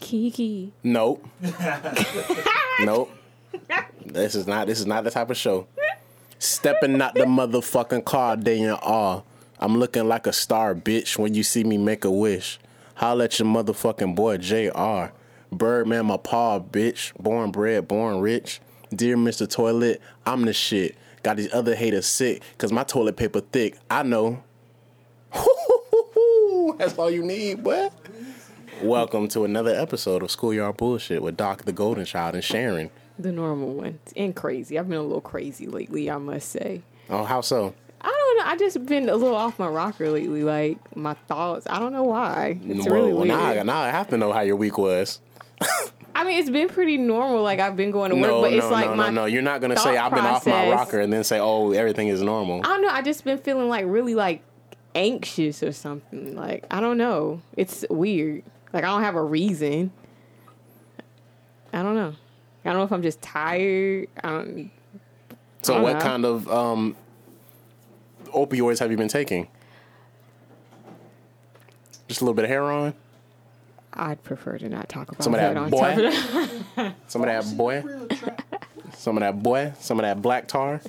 Kiki. Nope. nope. This is not. This is not the type of show. Stepping out the motherfucking car, day and all. I'm looking like a star, bitch. When you see me, make a wish. Holla at your motherfucking boy, Jr. Birdman, my paw, bitch. Born bred, born rich. Dear Mr. Toilet, I'm the shit. Got these other haters sick, cause my toilet paper thick. I know. That's all you need, boy. Welcome to another episode of Schoolyard Bullshit with Doc the Golden Child and Sharon. The normal one. And crazy. I've been a little crazy lately, I must say. Oh, how so? I don't know. I just been a little off my rocker lately. Like my thoughts. I don't know why. It's really weird. now, I- now I have to know how your week was. I mean, it's been pretty normal. Like I've been going to work, No, but no, it's like no, my no, no. You're not gonna say thought I've been off my process- rocker and then say, "Oh, everything is normal." I don't know. I just been feeling like really like anxious or something. Like I don't know. It's weird. Like I don't have a reason. I don't know. I don't know if I'm just tired. I don't. so, I what know. kind of um, opioids have you been taking? Just a little bit of heroin. I'd prefer to not talk about Some of that that on boy. television. Some of that boy. Some of that boy. Some of that black tar.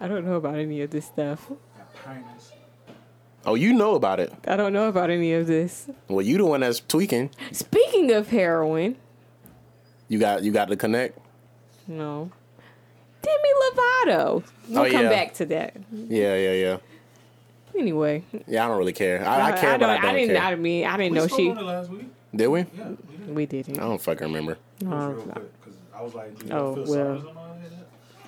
I don't know about any of this stuff. Oh, you know about it. I don't know about any of this. Well, you the one that's tweaking. Speaking of heroin, You got you got to connect. no. Demi Lovato. We'll Oh, come yeah. back to that. Yeah, yeah, yeah. Anyway, Yeah, I don't really care. I, I care, don't- but I don't didn't. care. I mean, I didn't We know spoke she. on it last week. Did we? Yeah, we did. We didn't. I don't fucking remember. It was real Um, quick, 'cause I was like, do you Oh, feel well. sorry for my head?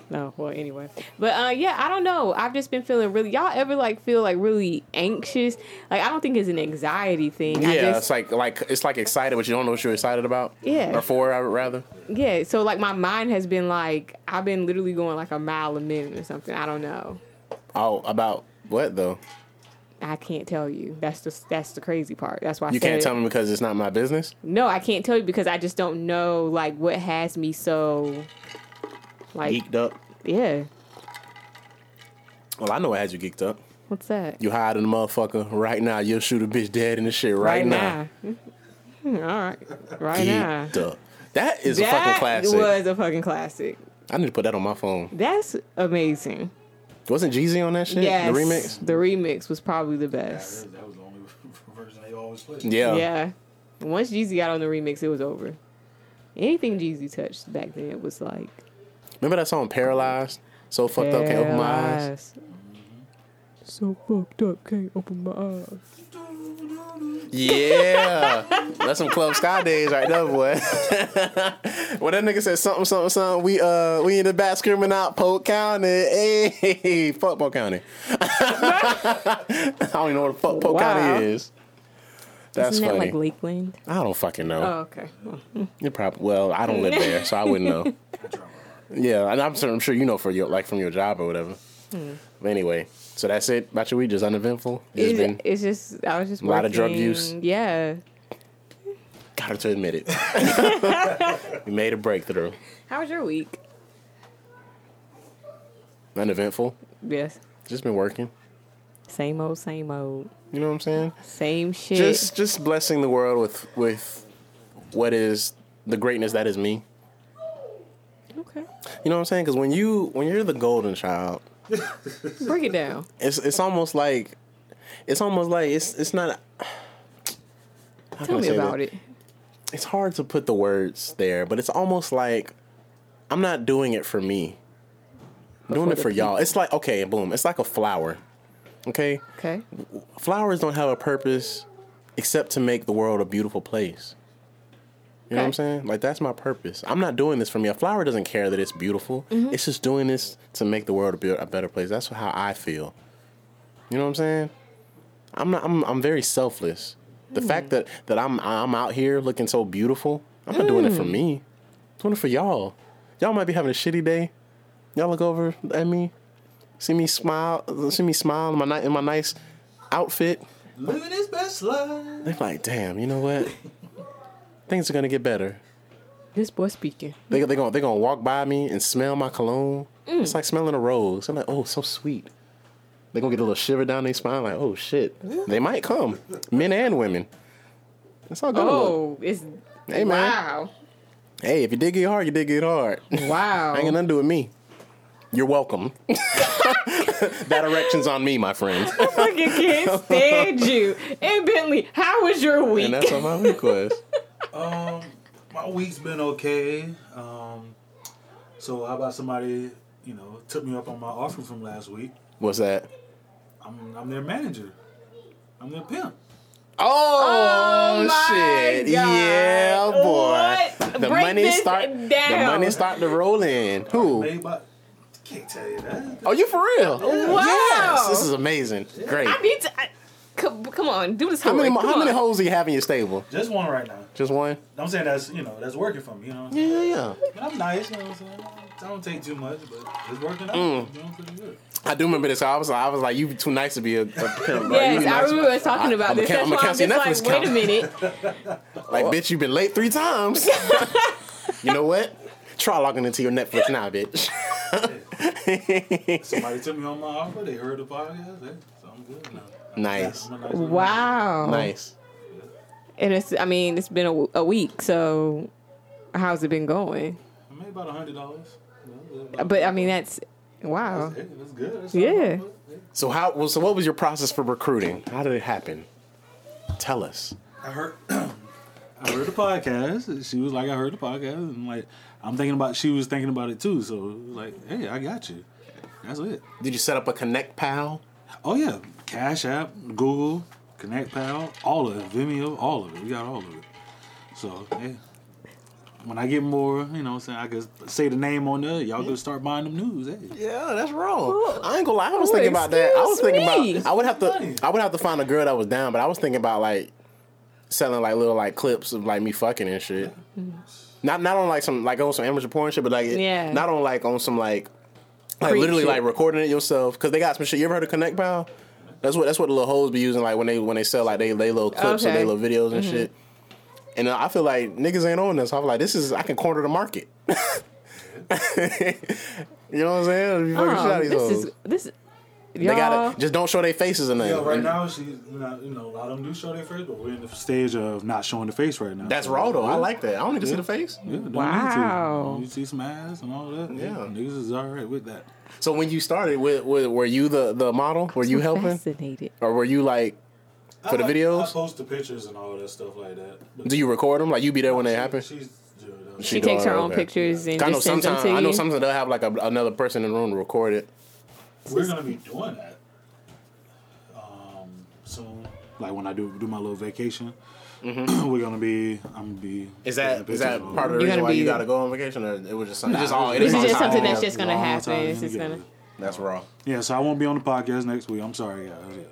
No, well, anyway, but uh, yeah, I don't know. I've just been feeling really. Y'all ever like feel like really anxious? Like I don't think it's an anxiety thing. I Yeah, just, it's like like it's like excited, but you don't know what you're excited about. Yeah. or for I would rather. yeah. So like my mind has been like I've been literally going like a mile a minute or something. I don't know. Oh, about what though? I can't tell you. That's the that's the crazy part. That's why I You said can't it. tell me because it's not my business. No, I can't tell you because I just don't know like what has me so. Like Geeked up. yeah, Well, I know what had you geeked up. what's that? You hiding the motherfucker right now. You'll shoot a bitch dead in the shit right, now. Hmm, All right, right now. Geeked up. That is a That fucking classic. was a fucking classic. I need to put that on my phone. That's amazing. Wasn't Jeezy on that shit? Yes. The remix. The remix was probably the That is- best. That was the only version they always played. Yeah. Yeah. Once Jeezy got on the remix, it was over. Anything Jeezy touched back then was like Remember that song "Paralyzed"? So fucked up, can't open my eyes. paralyzed. So fucked up, can't open my eyes. Yeah. That's some Club Sky days right there, boy. when that nigga said something, something, something, we uh we in the back screaming out Polk County. Hey, fuck Polk County. I don't even know where the fuck Polk Wow. County is. That's Isn't that funny. like Lakeland? I don't fucking know. Oh, okay. you probably well, I don't live there, so I wouldn't know. I dropped my Yeah, and I'm sure I'm sure you know for your like from your job or whatever. Hmm. But anyway, so that's it. About your week, just uneventful. It's It's, been it's just I was just a Lot of drug use. Yeah. gotta to admit it. we made a breakthrough. How was your week? Uneventful. Yes. Just been working. Same old, same old, You know what I'm saying? same shit. Just just blessing the world with with what is the greatness that is me. okay. You know what I'm saying? Because when you when you're the golden child, Break it down. it's it's almost like it's almost like it's it's not. how can Tell I me say about this? it. It's hard to put the words there, but it's almost like I'm not doing it for me. I'm doing for it the for y'all. It's like okay, boom. It's like a flower. Okay, Okay. flowers don't have a purpose except to make the world a beautiful place. You know what I'm Okay. saying? Like that's my purpose. I'm not doing this for me. A flower doesn't care that it's beautiful. It's just doing this to make the world a, be- a better place. That's how I feel. You know what I'm saying? I'm not. I'm. I'm very selfless. The fact that that I'm I'm out here looking so beautiful. I'm not doing it for me. I'm doing it for y'all. Y'all might be having a shitty day. Y'all look over at me, see me smile, see me smile in my ni- in my nice outfit. Living his best life. They're like, damn, you know what? Things are gonna get better. This boy speaking. They they gonna they gonna walk by me and smell my cologne. It's like smelling a rose. I'm like, oh, so sweet. They gonna get a little shiver down their spine, like, oh shit. They might come, men and women. That's all good. Oh. Oh, it's Hey, man. wow, Mm-hmm. Hey, if you did get hard, you did get hard. wow. Ain't got nothing to do with me. You're welcome. that erection's on me, my friend. fucking can't stand you. And Bentley, how was your week? And that's on my request. Um, my week's been okay. Um, so how about somebody, you know, took me up on my offer from last week? What's that? I'm, I'm their manager. I'm their pimp. Oh, Oh, my shit! God. Yeah, boy. What? The Break money this start. The down. money start to roll in. Who? Made by, can't tell you that. Oh, you for real? Wow. Yes, this is amazing. Great. I need to. I, come, come on, do this. How many? homework, come How many on. holes do you have in your stable? Just one right now. Just one. I'm saying that's you know that's working for me. You know, Yeah, yeah, yeah. but I'm nice. You know what I'm saying? I don't take too much, but it's working out. I'm doing pretty good. I do remember this. I was, I was like, you be too nice to be a. a parent, bro. You Yes, be I nice. remember us talking about I'm a this. count- That's I'm a why I'm just counting like, Netflix wait a count. minute. Like, bitch, you've been late three times. you know what? Try logging into your Netflix now, bitch. Somebody took me on my offer. They heard the podcast. They, so I'm good now. Nice. I'm a nice little man. Wow. Nice. And it's. I mean, it's been a, w- a week. So, how's it been going? I made about a hundred dollars. But I mean, that's wow. that's, hey, that's good. That's Uh-huh. Yeah. all right. So how? Well, so what was your process for recruiting? How did it happen? Tell us. I heard. I heard the podcast. She was like, I heard the podcast, and like, I'm thinking about. She was thinking about it too. So like, hey, I got you. That's it. Did you set up a Connect Pal? Oh yeah, Cash App, Google, Connect Pal, all of it, Vimeo, all of it. We got all of it. So yeah. When I get more, you know, what I'm saying I could say the name on there, y'all could start buying them news. Hey. Yeah, that's wrong. I ain't gonna lie. I was Oh, thinking about that. I was excuse thinking me. about. I would have to. Money. I would have to find a girl that was down. But I was thinking about like selling like little like clips of like me fucking and shit. Not not on like some like on some amateur porn shit, but like it- Mm-hmm. Yeah. Not on like on some like like Creep literally shit. like recording it yourself because they got some shit. You ever heard of Connect Pal? That's what that's what the little hoes be using like when they when they sell like they they little clips or Okay. Mm-hmm. they little videos and shit. And I feel like niggas ain't on this. I was like, this is I can corner the market. you know what I'm saying? You fucking shit out Oh, of these this hoes. is this. Y'all, They gotta just don't show their faces or nothing. Yeah, right now she's not, you know, a lot of them do show their face, but we're in the stage of not showing the face right now. That's So, raw though. I yeah. like that. I don't need to see the face. Yeah, don't need to. Wow. You see some ass and all that. Yeah. Yeah, niggas is all right with that. So when you started, with, with, were you the, the model? Were you helping, Fascinated. or were you like for the I like- I videos? post the pictures and all that stuff like that. But Do you record them? Like you be there when they happen? She's, she's She doing takes her it, own okay. pictures and I know just sends them sometimes to you. I know sometimes they'll have like a, another person in the room to record it. We're gonna be doing that um, soon. Like when I do do my little vacation, we're gonna be. I'm gonna be. Mm-hmm. Is that taking is that pictures all- part of the You reason gotta why you be- gotta go on vacation, or it was just something? Nah, just all, it This is is just all- something all- that's just gonna Long happen. time It's just together. gonna. that's raw. Yeah, so I won't be on the podcast next week. I'm sorry, guys.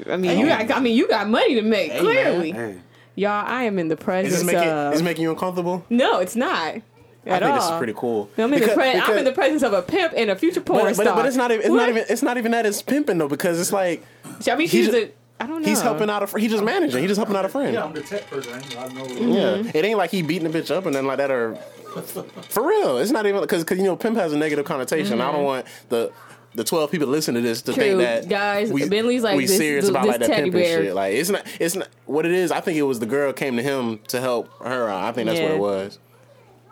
Yeah. I mean, you got. I mean, you got money to make. Hey, man. clearly, Hey, y'all, I am in the Is presence this making of. is it making you uncomfortable? no, it's not. I At think all. this is pretty cool. I'm in, the Because- pre- I'm in because- the presence of a pimp and a future porn but, but, star. but it's not even it's What? not even it's not even that it's pimping though because it's like Shall we he's choose ju- it? I don't know. he's helping out a fr- he just managing he just helping out a friend. yeah, I'm the tech person. I know. Yeah, it ain't like he beating the bitch up and then like that or for real. It's not even because because you know pimp has a negative connotation. I don't want the the twelve people that listen to this to Mm-hmm. True. think that Guys, Bentley's like, we this- serious this- about this like that teddy pimping bear. shit. Like it's not it's not what it is. I think it was the girl came to him to help her. out. I think that's what Yeah. it was.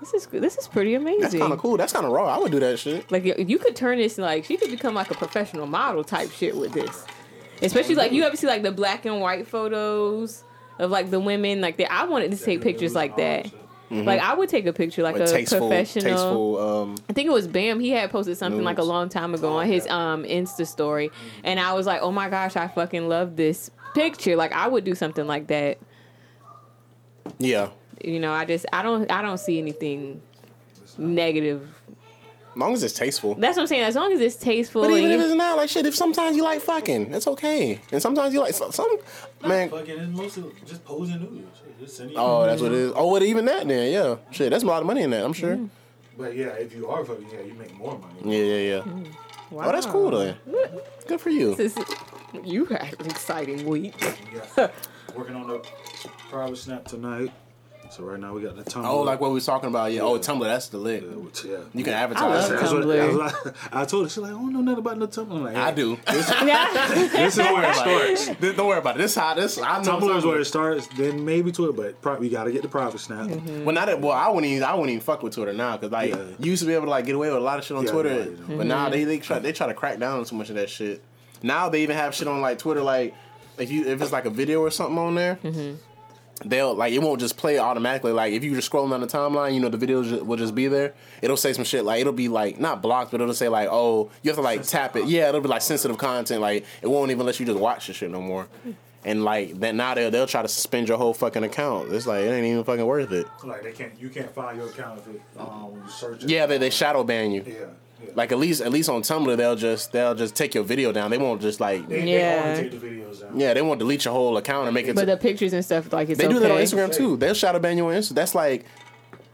This is this is pretty That's amazing. kind of cool. That's kind of raw. I would do that shit. Like you- you could turn this like she could become like a professional model type shit with this. Especially like you ever see like the black and white photos of like the women like that. I wanted to take pictures like that. Like I would take a picture like, Like a Mm-hmm. tasteful, professional. tasteful. Um, I think it was Bam. He had posted something like a Nudes. long time ago on his um Insta story, and I was like, "Oh my gosh, I fucking love this picture!" Like I would do something like that. yeah. You know, I just I don't I don't see anything negative. As long as it's tasteful. That's what I'm saying. As long as it's tasteful, But and even if you- it's not like shit, if sometimes you like fucking, it's okay. And sometimes you like some, some man. Fucking, it's mostly just posing nudes. Just sending you- Oh, that's what it is. Oh, what even that then? Yeah, shit, that's a lot of money in that. I'm sure. Mm-hmm. But yeah, if you are fucking, yeah, you make more money. Yeah, yeah, yeah. Oh, that's cool then. Good for you. This is- you had an exciting week. Yeah. Working on the private snap tonight. So right now we got the Tumblr. Oh, like what we was talking about. Yeah. Oh, Tumblr. That's the lick. Yeah, which- yeah. You can love advertise. that. That's Tumblr. what- that's what I, I told her, she's like, I don't know nothing about no Tumblr. I'm like, I do. This, Yeah. This is where it starts. this- don't worry about it. This how this. I know Tumblr is where it starts, then maybe Twitter, but probably you gotta get the private snap. Well, not that. Well, I wouldn't. Even, I wouldn't even fuck with Twitter now because like Yeah. you used to be able to like get away with a lot of shit on Yeah, Twitter, yeah, yeah. but now they they try they try to crack down on so much of that shit. Now they even have shit on like Twitter, like if you if it's like a video or something on there. They'll like it won't just play automatically. Like if you just scrolling down the timeline, you know the videos ju- will just be there. It'll say some shit like it'll be like not blocked, but it'll say like oh you have to like tap it. Yeah, it'll be like sensitive content. Like it won't even let you just watch the shit no more. And like that now they'll they'll try to suspend your whole fucking account. It's like it ain't even fucking worth it. Like they can't, you can't find your account if it, um, when you search it. Yeah, they, they shadow ban you. yeah, yeah. Like at least at least on Tumblr they'll just they'll just take your video down. They won't just like They, Yeah. they only take the videos down. yeah they won't delete your whole account and make it. but to, the pictures and stuff, like it's they okay. do that on Instagram too. They'll shadow ban you on Instagram. That's like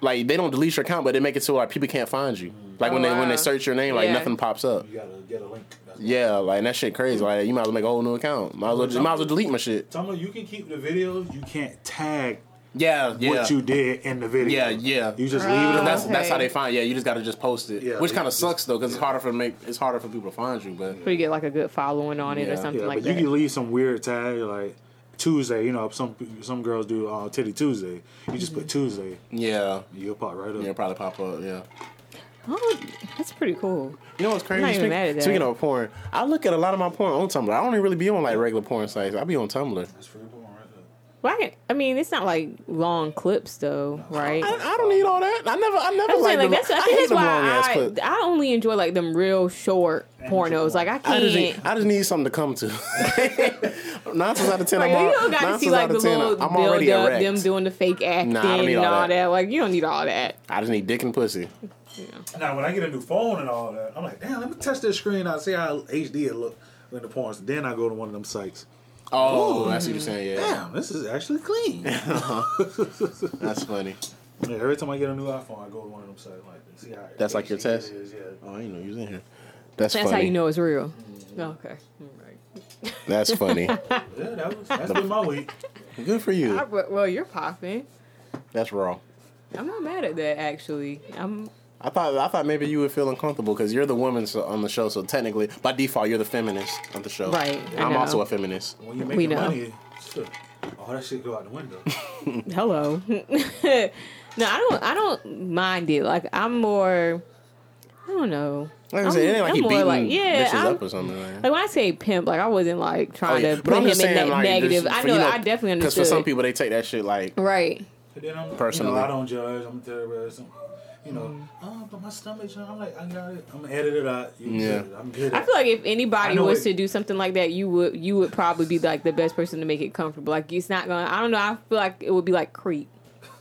like they don't delete your account, but they make it so like people can't find you. Like when Oh, they when they wow. search your name, like Yeah. nothing pops up. You gotta get a link. That's Yeah, like and that shit crazy. Like you might as well make a whole new account. Might as well just, might as well delete my shit. Tumblr, you can keep the videos, you can't tag Yeah, yeah. what you did in the video. Yeah, yeah. You just leave it. Ah. alone. that's that's how Okay. they find. Yeah, you just got to just post it, Yeah, which they- kind of sucks though, because it's harder for make it's harder for people to find you. But But you get like a good following on it Yeah. or something Yeah, like but that. you can leave some weird tag like Tuesday. You know, some some girls do uh, Titty Tuesday. You just Mm-hmm. put Tuesday, yeah, you'll pop right up. yeah, probably pop up. Yeah. oh, that's pretty cool. You know what's crazy? not even Speak- mad at that. Speaking of porn, I look at a lot of my porn on Tumblr. I don't even really be on like regular porn sites. I be on Tumblr. That's free porn right there. Well, I, can- I mean, it's not like long clips though, right? I, I don't need all that. I never, I never I'm like. saying like that's. I think that's why clips. I, I only enjoy like them real short pornos. Like I I can't. just, need, I just need something to come to. nine times out of ten, like, I'm, you all, don't got to nine see times like out the of ten, little I'm build already up, erect. them doing the fake acting Nah, I don't need and all all, that. that. Like you don't need all that. I just need dick and pussy. Now, when I get a new phone and all that, I'm like, damn, let me test this screen out, see how HD it look when the porns. Then I go to one of them sites. Oh, I see what you're saying. Yeah, Damn, this is actually clean. yeah, that's funny. every time I get a new iPhone, I go to one of them sites like, see how. That's like your HD test? It is, yeah. Oh, I didn't know you was in here. That's, That's how funny. you know it's real. Okay. That's funny. yeah, that was that's been my week. Good for I, you. well, you're popping. That's raw. I'm not mad at that actually. I'm I thought I thought maybe you would feel uncomfortable because you're the woman so, on the show, so technically by default you're the feminist on the show. Right, I I'm know. also a feminist. When you make We the know. money, shit, all that shit go out the window. hello. no, I don't. I don't mind it. Like I'm more. I don't know. Like I I'm- said, it ain't like I'm he more beating like- yeah, bitches I'm- up or something. Like. that. Like when I say pimp, like I wasn't like Oh, trying yeah. to put him in that negative. just I for, know, you I definitely understood. for some people they take that shit like right? But then I'm Personally. you know, I don't judge. I'm terrible. You know, Mm. oh, but my stomach. you know, I'm like, I got it. I'm gonna edit it out. You Yeah. good. I'm good. I feel like if I anybody know was it- to do something like that, you would you would probably be like the best person to make it comfortable. Like it's not gonna. I don't know. I feel like it would be like creep.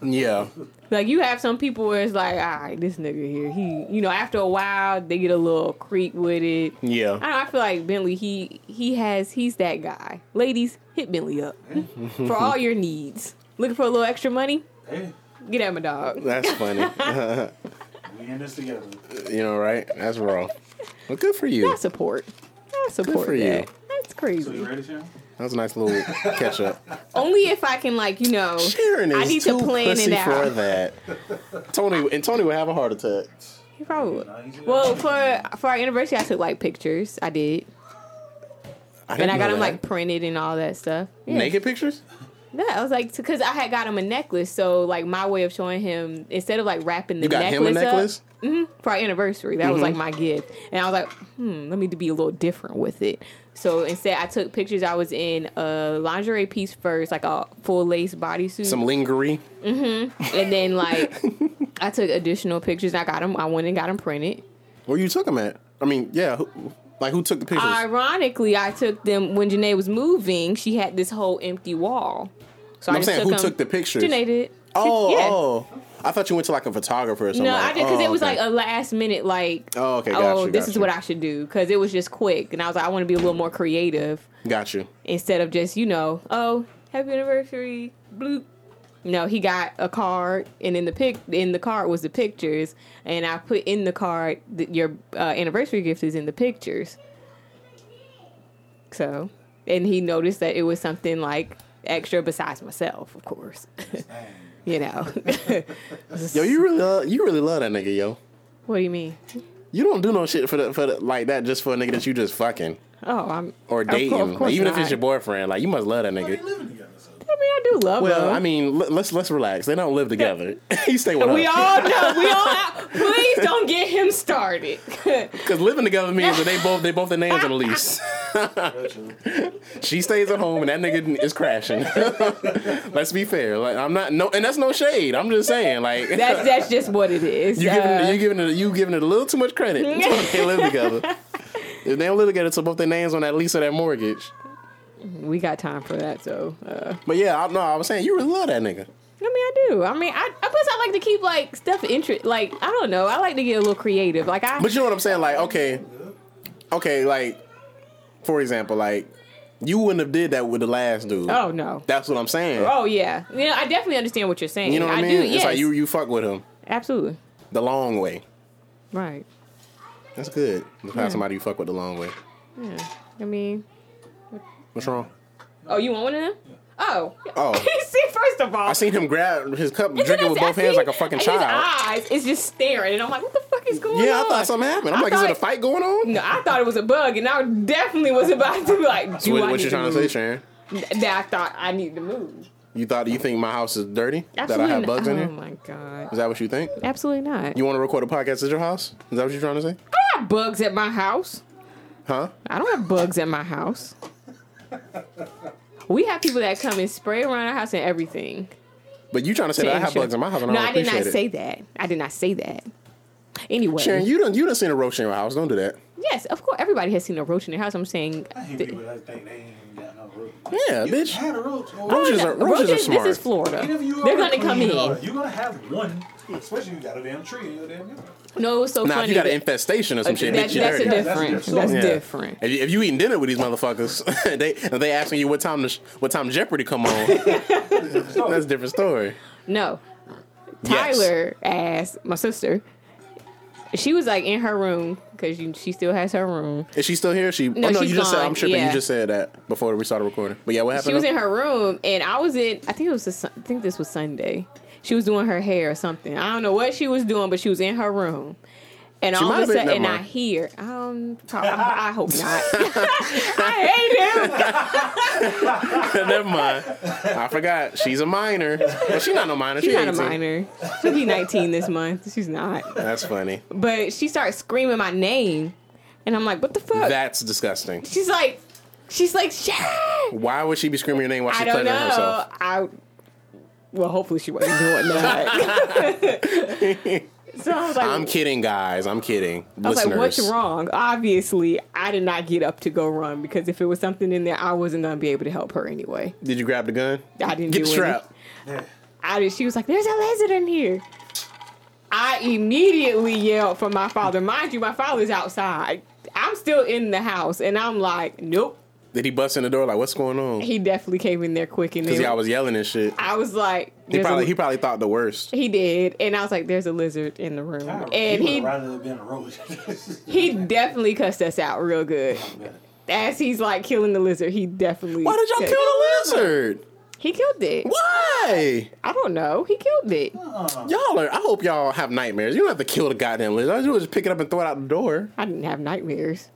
yeah. Like you have some people where it's like, all right, this nigga here, he, you know, after a while they get a little creep with it. I Yeah. don't know, I feel like Bentley, he he has he's that guy. Ladies, hit Bentley up for all your needs. Looking for a little extra money? hey, Get at my dog. That's funny. we in this together. you know, right? That's raw. But good for you. I support. I support for you. that. That's So crazy. you ready, Sharon? That was a nice little catch up. Only if I can like, you know Sharon is I need to too plan it pussy for out. that. Tony and Tony would have a heart attack. he probably would. Nah, he's good. Well, for for our anniversary I took like pictures. I did. didn't And I got know them that. like printed and all that stuff. Yeah. naked pictures. No, I was like, because I had got him a necklace. So, like, my way of showing him, instead of like wrapping the You got necklace, him a necklace. Mm-hmm. Up, for our anniversary. That was like my gift. And I was like, hmm, let me be a little different with it. So instead, I took pictures. I was in a lingerie piece first, like a full lace bodysuit. Some lingerie. and then, like, I took additional pictures. I got them, I went and got them printed. Where you took them at? I mean, yeah. Who, like who took the pictures? Ironically, I took them when Janae was moving, she had this whole empty wall. So No, I I'm just saying took who them. took the pictures? Janae did. She- oh, yeah. oh. I thought you went to like a photographer or something. No, like, I did because oh, it was okay. like a last minute, like, Oh, okay, oh, gotcha, this is gotcha. what I should do because it was just quick, and I was like, I want to be a little more creative Got you. instead of just you know, oh, happy anniversary, bloop. No, he got a card, and in the pic, in the card was the pictures, and I put in the card that your uh, anniversary gift is in the pictures. So, and he noticed that it was something like extra besides myself, of course. you know. Yo, you really love, you really love that nigga, yo. what do you mean? You don't do no shit for the, for the, like that just for a nigga that you just fucking Oh, I'm or of cour- dating. of Like, course even if not. it's your boyfriend, like you must love that They nigga. living together. So. I mean, I do love Well, them. I mean, l- let's let's relax. They don't live together. he stay with we her. all know. We all. Have, please don't get him started. Because living together means that they both they both their names on the lease. she stays at home and that nigga is crashing. Let's be fair. Like I'm not no, and that's no shade. I'm just saying like you that's that's just what it is. giving Uh, it- you giving it you giving it a little too much credit. they live together. If they don't live together, so both their names on that lease or that mortgage. Uh, we got time for that, so. Uh, But yeah, I, no, I was saying you really love that nigga. I mean, I do. I mean, I I- plus I like to keep like stuff interest. Like I don't know. I like to get a little creative. Like I. But you know what I'm saying? Like okay, okay, like for example, like you wouldn't have did that with the last dude. oh no. That's what I'm saying. Oh yeah. You know, I definitely understand what you're saying. You know what I, mean? do. It's yes. like you you fuck with him Absolutely. the long way. Right. That's good. To find somebody you fuck with the long way. Yeah. I mean. What's wrong? Oh, you want one of them? Oh. Oh. See, first of all. I seen him grab his cup, and Look at drink it with his- I both hands see like a fucking his child. eyes is just staring, and I'm like, what the fuck is going on? Yeah, I thought something happened. I'm I like, is it a thought- fight going on? No, I thought it was a bug, and I definitely was about to be like, So do what, I what need you trying to to say, move? Sharon? That I thought I need to move. You thought you think my house is dirty? Absolutely That I have not. bugs oh in here? my god. Is that what you think? Absolutely not. You want to record a podcast at your house? Is that what you're trying to say? I don't have bugs at my house. Huh? I don't have bugs at my house. We have people that come and spray around our house and everything. But you trying to say that I have Sure. bugs in my house and no, I I, don't did appreciate not it. say that. I did not say that. Anyway, Sharon, you done you done seen a roach in your house. Don't do that. yes, of course, everybody has seen a roach in their house. I'm saying I hate th- people that think they ain't got no roach. Yeah, You bitch. Had a roach. or- Roaches are roaches are smart. This is Florida. Even if you They're are gonna come clean, in. uh, You're gonna have one, especially if you got a damn tree in your damn yard. No, it was so Now if funny. you got an that- infestation or some shit, that- bitch, you that's dirty. a Yeah, that's different. That's, different. Yeah. different. If you, if you eating dinner with these motherfuckers, they if they asking you what time the, sh- what time Jeopardy come on. that's a different story. No, Yes. Tyler asked my sister. She was like in her room because she still has her room. Is she still here? She No, oh no, she's you just said gone, I'm tripping. yeah. You just said that before we started recording. But yeah, what happened? She was in her room, and I was in. I think it was. A, Sun- I think this was Sunday. She was doing her hair or something. I don't know what she was doing, but she was in her room. And all might of have a been- sudden, never I mind. hear. Um, I, I hope not. I hate him. Never mind. I forgot. She's a minor. Well, she's not no minor. She's She's she not a minor. She'll be 19 this month. She's not. That's funny. But she starts screaming my name, and I'm like, "What the fuck?" That's disgusting. she's like, she's like, "Sharon." Why would she be screaming your name while she's I don't pleasuring know. herself? I well, hopefully she wasn't doing that. so I was like, I'm kidding, guys. I'm kidding. I was like, Listeners. what's wrong? Obviously, I did not get up to go run because if it was something in there, I wasn't gonna be able to help her anyway. Did you grab the gun? I didn't Get do the strap. Yeah. I just, she was like, "There's a lizard in here." I immediately yelled for my father. Mind you, my father's outside. I'm still in the house, and I'm like, "Nope." Did he bust in the door? Like, what's going on? He definitely came in there quick, and Because then y'all was yelling and shit. I was like, He "There's a- probably he probably thought the worst. he did," and I was like, "There's a lizard in the room," and he he would rather have been a roach. he definitely cussed us out real good. As he's like killing the lizard, he definitely. Why did y'all cussed- kill the lizard? He killed it. Why? I don't know. He killed it. Y'all are. I hope y'all have nightmares. You don't have to kill the goddamn lizard. I just pick it up and throw it out the door. I didn't have nightmares.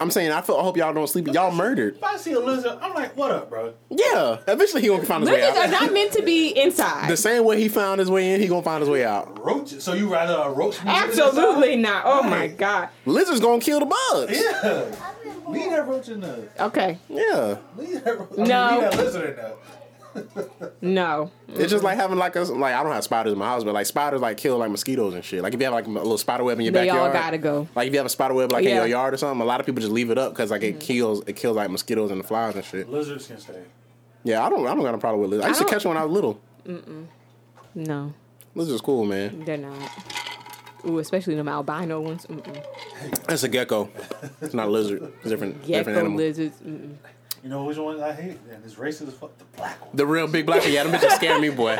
I'm saying I feel. I hope y'all don't sleep. Y'all murdered. if I see a lizard, I'm like, what up, bro? Yeah. Eventually he gonna find his way Lizards are out. not meant to be inside. The same way he found his way in, he gonna find his way out. Roaches. So you rather a roach? than a lizard Absolutely not. Oh my god. Lizard's gonna kill the bugs. inside? Yeah. Leave that roach in there. Okay. Yeah. Leave that roach. No. I mean, leave that lizard in there. No. It's just like having like a like I don't have spiders in my house, but like spiders like kill like mosquitoes and shit. Like if you have like a little spider web in your They all backyard, gotta go. Like if you have a spider web like in Yeah. your yard or something, a lot of people just leave it up because like it kills it kills like mosquitoes and the flies and shit. Lizards can stay. Yeah, I don't I don't got a problem with lizards. I used to don't- catch one when I was little. No. Lizards cool, man. They're not. Ooh, especially them albino ones. Mm-mm. That's a gecko. It's not a lizard. It's a different different Gecko animal. lizards. Mm-mm. You know which ones I hate? And it's racist as fuck. The black one. The real big black yeah, them bitches scare me, boy.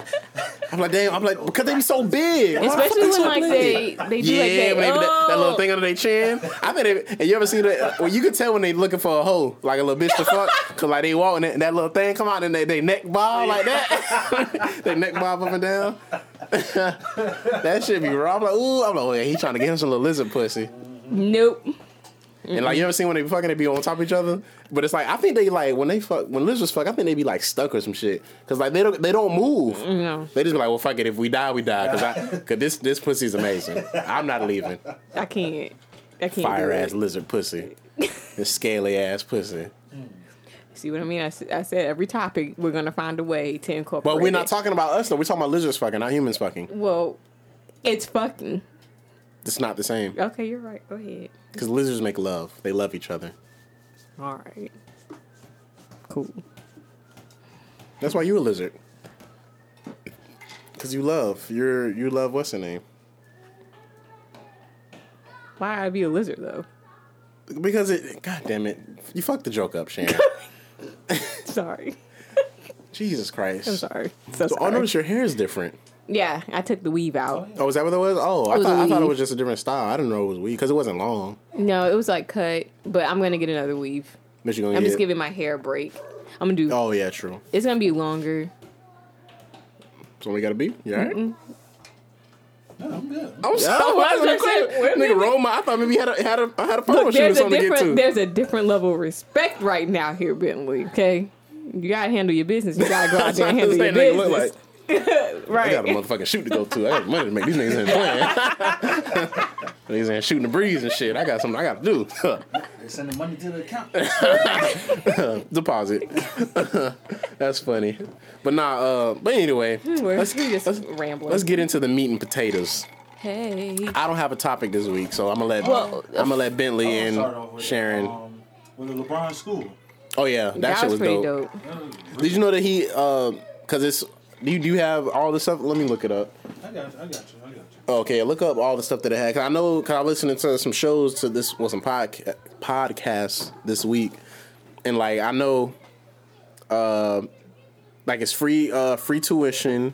I'm like, damn. I'm like, because they be so big. Why the fuck Especially they when so like big? they they do yeah, like that, when they, that, that "Oh." little thing under their chin. I think. They, and you ever seen that? Well, you can tell when they looking for a hoe, like a little bitch to fuck, cause like they walking and that little thing come out and they, they neck bob like that. they neck bob up and down. that should be raw. I'm like, ooh, I'm like, oh yeah, he trying to get him some little lizard pussy. Nope. And like you ever seen when they be fucking, they be on top of each other. But it's like I think they like when they fuck when lizards fuck, I think they be like stuck or some shit. Cause like they don't they don't move. No. They just be like, well, fuck it. If we die, we die. Cause I cause this this pussy's amazing. I'm not leaving. I can't. I can't. Fire do ass it. lizard pussy. This scaly ass pussy. See what I mean? I, s- I said every topic we're gonna find a way to incorporate. But we're not it. talking about us though. We're talking about lizards fucking, not humans fucking. Well, it's fucking. It's not the same. Okay, you're right. Go ahead. Cause lizards make love. They love each other. All right. Cool. That's why you a lizard. Cause you love. You're you love what's her name? Why I be a lizard though? Because it god damn it. You fucked the joke up, Sharon. Sorry. Jesus Christ. I'm sorry. So So, oh, I sorry. noticed your hair is different. yeah, I took the weave out. Oh, is that what that was? Oh, I was thought, a I thought it weave. was just a different style. I didn't know it was weave because it wasn't long. No, it was like cut, but I'm gonna get another weave. But you're gonna I'm get, just giving my hair a break. I'm gonna do. Oh, yeah, true. It's gonna be longer. So we gotta be? You all right? No, I'm good. I'm Yeah, I was sorry. gonna say, wait a nigga, minute. Roma, I thought maybe he had a, had a, I had a photo shoot or there's a something to get different to. there's a different level of respect right now here, Bentley. Okay, you gotta handle your business. You gotta go out That's there and what I'm handle your saying, nigga, look business. I got a Right. motherfucking shoot to go to. I got money to make. These niggas ain't playing. These ain't shooting the breeze and shit. I got something I gotta do. They're sending money to the account. Deposit. That's funny. But nah, uh, but anyway, We're, let's, we're just let's, rambling. let's get into the meat and potatoes. hey, I don't have a topic this week, so I'm gonna let Well, I'm gonna let Bentley I'll start off and with, Sharon. Um, with the LeBron school. oh yeah, that, that shit was, was pretty dope. dope. Did you know that he? Because it's do you, do you have all the stuff? Let me look it up. I got you. I got you. I got you. Okay, look up all the stuff that it had. Cause I know, cause I listened to some shows to this was some podca- podcasts this week, and like I know, uh, like it's free uh free tuition,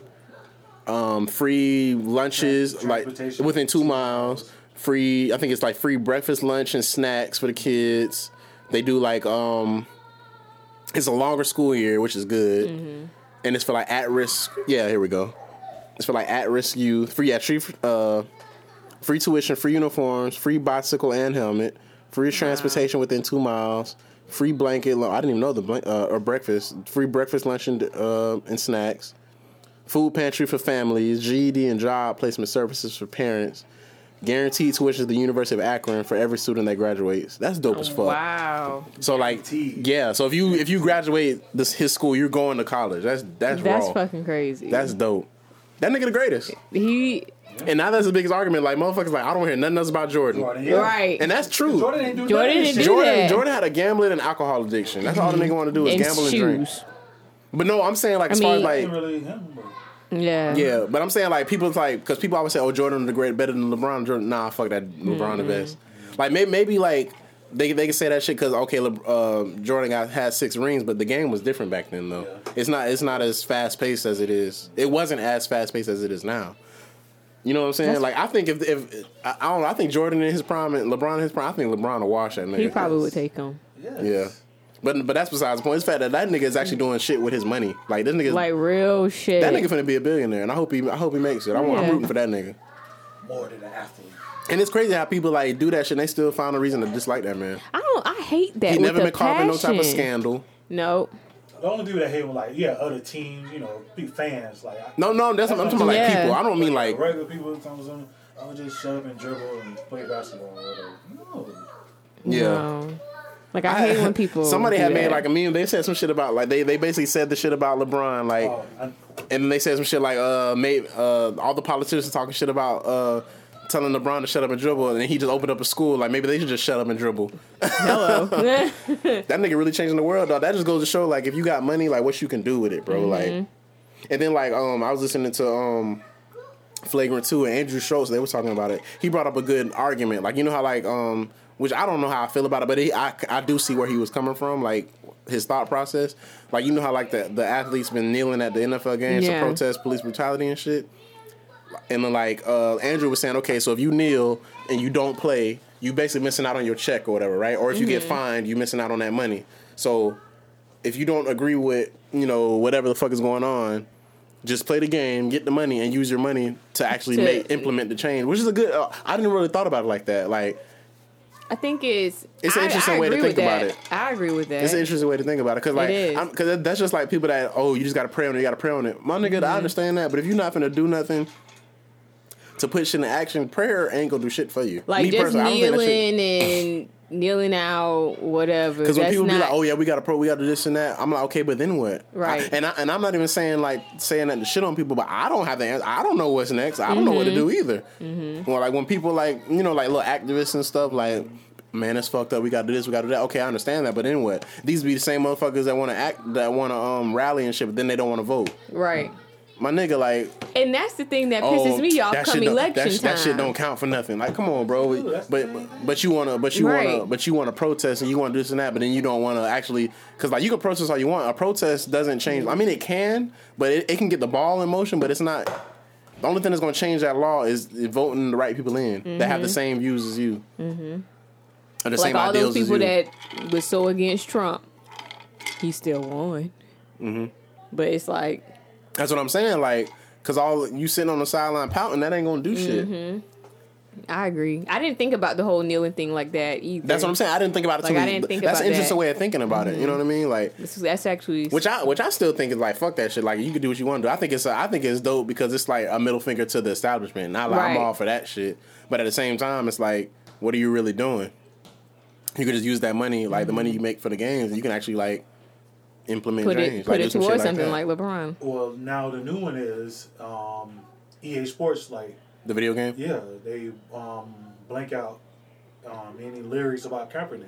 um, free lunches like transportation. within two miles, free. I think it's like free breakfast, lunch, and snacks for the kids. They do like um, it's a longer school year, which is good, and it's for like at risk. Yeah, here we go. It's for like at risk youth, free yeah, free uh, free tuition, free uniforms, free bicycle and helmet, free transportation within two miles, free blanket. lo- I didn't even know the blank uh, or breakfast, free breakfast, lunch and uh, and snacks, food pantry for families, GED and job placement services for parents. Guaranteed tuition to the University of Akron for every student that graduates. That's dope as fuck. Oh, Wow, So like, Guaranteed. yeah. So if you if you graduate this his school, you're going to college. That's that's, that's raw. fucking crazy. That's dope. That nigga the greatest. he And now that's the biggest argument. Like motherfuckers, like I don't hear nothing else about Jordan, Jordan, yeah. right. and that's true. Jordan Jordan, ain't do Jordan nothing. didn't do Jordan, that. had a gambling and alcohol addiction. That's all the nigga want to do is and gamble and drink. shoes. But no, I'm saying like as I far as mean- like Wasn't really him, bro. Yeah. yeah, but I'm saying like people it's like because people always say oh Jordan the great better than LeBron. Jordan, nah, fuck that LeBron Mm-hmm. the best. Like maybe, maybe like they they can say that shit because okay, Le, uh, Jordan got had six rings, but the game was different back then though. Yeah. It's not it's not as fast paced as it is. It wasn't as fast paced as it is now. You know what I'm saying? That's- like I think if if I, I don't know, I think Jordan in his prime and LeBron in his prime, I think LeBron will wash that nigga. he probably would take him. Yeah. yeah. But but that's besides the point. It's the fact that that nigga is actually doing shit with his money. Like this nigga, Like real shit. that nigga finna be a billionaire, and I hope he I hope he makes it. I want, Yeah. I'm rooting for that nigga. More than an athlete. And it's crazy how people like do that shit. and They still find a reason to dislike that man. I don't. I hate that. He with never a been caught up in no type of passion. scandal. No. The only dude that hate was like, yeah, other teams, you know, be fans. Like, I, No, no, that's I'm talking about like Yeah. people. I don't mean like regular people sometimes I'm- I would just shut up and dribble and play basketball or whatever. No. yeah. No. Like I hate when people. Somebody do had made that. like a meme. They said some shit about like they, they basically said the shit about LeBron like, Oh, I, and then they said some shit like uh made uh all the politicians talking shit about uh telling LeBron to shut up and dribble, and then he just opened up a school. Like maybe they should just shut up and dribble. hello. that nigga really changing the world, dog. That just goes to show, like, if you got money, like, what you can do with it, bro. Like, and then like, um, I was listening to um, Flagrant Two and Andrew Schultz. They were talking about it. He brought up a good argument, like, you know how like um, which I don't know how I feel about it, but he, I I do see where he was coming from, like. his thought process. Like you know how like the the athletes been kneeling at the NFL games Yeah. to protest police brutality and shit. And then like uh, Andrew was saying, okay, so if you kneel and you don't play, you basically missing out on your check or whatever, right? Or if you get fined, you missing out on that money. So if you don't agree with you know whatever the fuck is going on. Just play the game, get the money, and use your money to actually To- make implement the change, which is a good. Uh, I didn't really thought about it like that. Like I think it's It's an I- interesting I way to agree think with about that. it. I agree with that. It's an interesting way to think about it, cause like, is. I'm, cause that- that's just like people that oh, you just gotta pray on it, you gotta pray on it. My nigga, Mm-hmm. I understand that, but if you're not gonna do nothing to put shit in action, prayer ain't gonna do shit for you. like Me just personally, I don't think that shit- kneeling and kneeling out, whatever. Because when that's people not, be like, "Oh yeah, we got to pro, we got to this and that," I'm like, "Okay, but then what?" Right. I- and I, and I'm not even saying like saying that to shit on people, but I don't have the answer. I don't know what's next. I don't know what to Mm-hmm. do either. Or like when people like you know like little activists and stuff like. Man, it's fucked up. We got to do this. We got to do that. Okay, I understand that, but then what? These be the same motherfuckers that want to act, that want to um rally and shit, but then they don't want to vote. right. My nigga, like, And that's the thing that oh, pisses me off that come shit don't- that election sh- time. That shit don't count for nothing. Like, come on, bro. We- but but you wanna but you wanna Right. but you wanna protest and you wanna do this and that, but then you don't wanna actually because like you can protest all you want. A protest doesn't change. I mean, it can, but it, it can get the ball in motion, but it's not. The only thing that's gonna change that law is voting the right people in that have the same views as you, mm-hmm. or the like same all ideals those people as you. that was so against Trump, he still won. Mm-hmm. But it's like that's what I'm saying. Like, cause all you sitting on the sideline pouting, that ain't gonna do shit. Mm-hmm. I agree. I didn't think about the whole kneeling thing like that either. That's what I'm saying. I didn't think about it. Like, too. I didn't think that's about an interesting that. Mm-hmm. way of thinking about it. You know what I mean? Like, This is- That's actually which I which I still think is like fuck that shit. Like, you can do what you want to do. I think it's I think it's dope because it's like a middle finger to the establishment. Not like I'm Right. all for that shit, but at the same time, it's like, what are you really doing? You could just use that money, like the money you make for the games, and you can actually like implement Mm-hmm. put change, it put do it some shit towards something that. like LeBron. Well, now the new one is um, E EA Sports. Like, the video game. yeah, they um, blank out um, any lyrics about Kaepernick.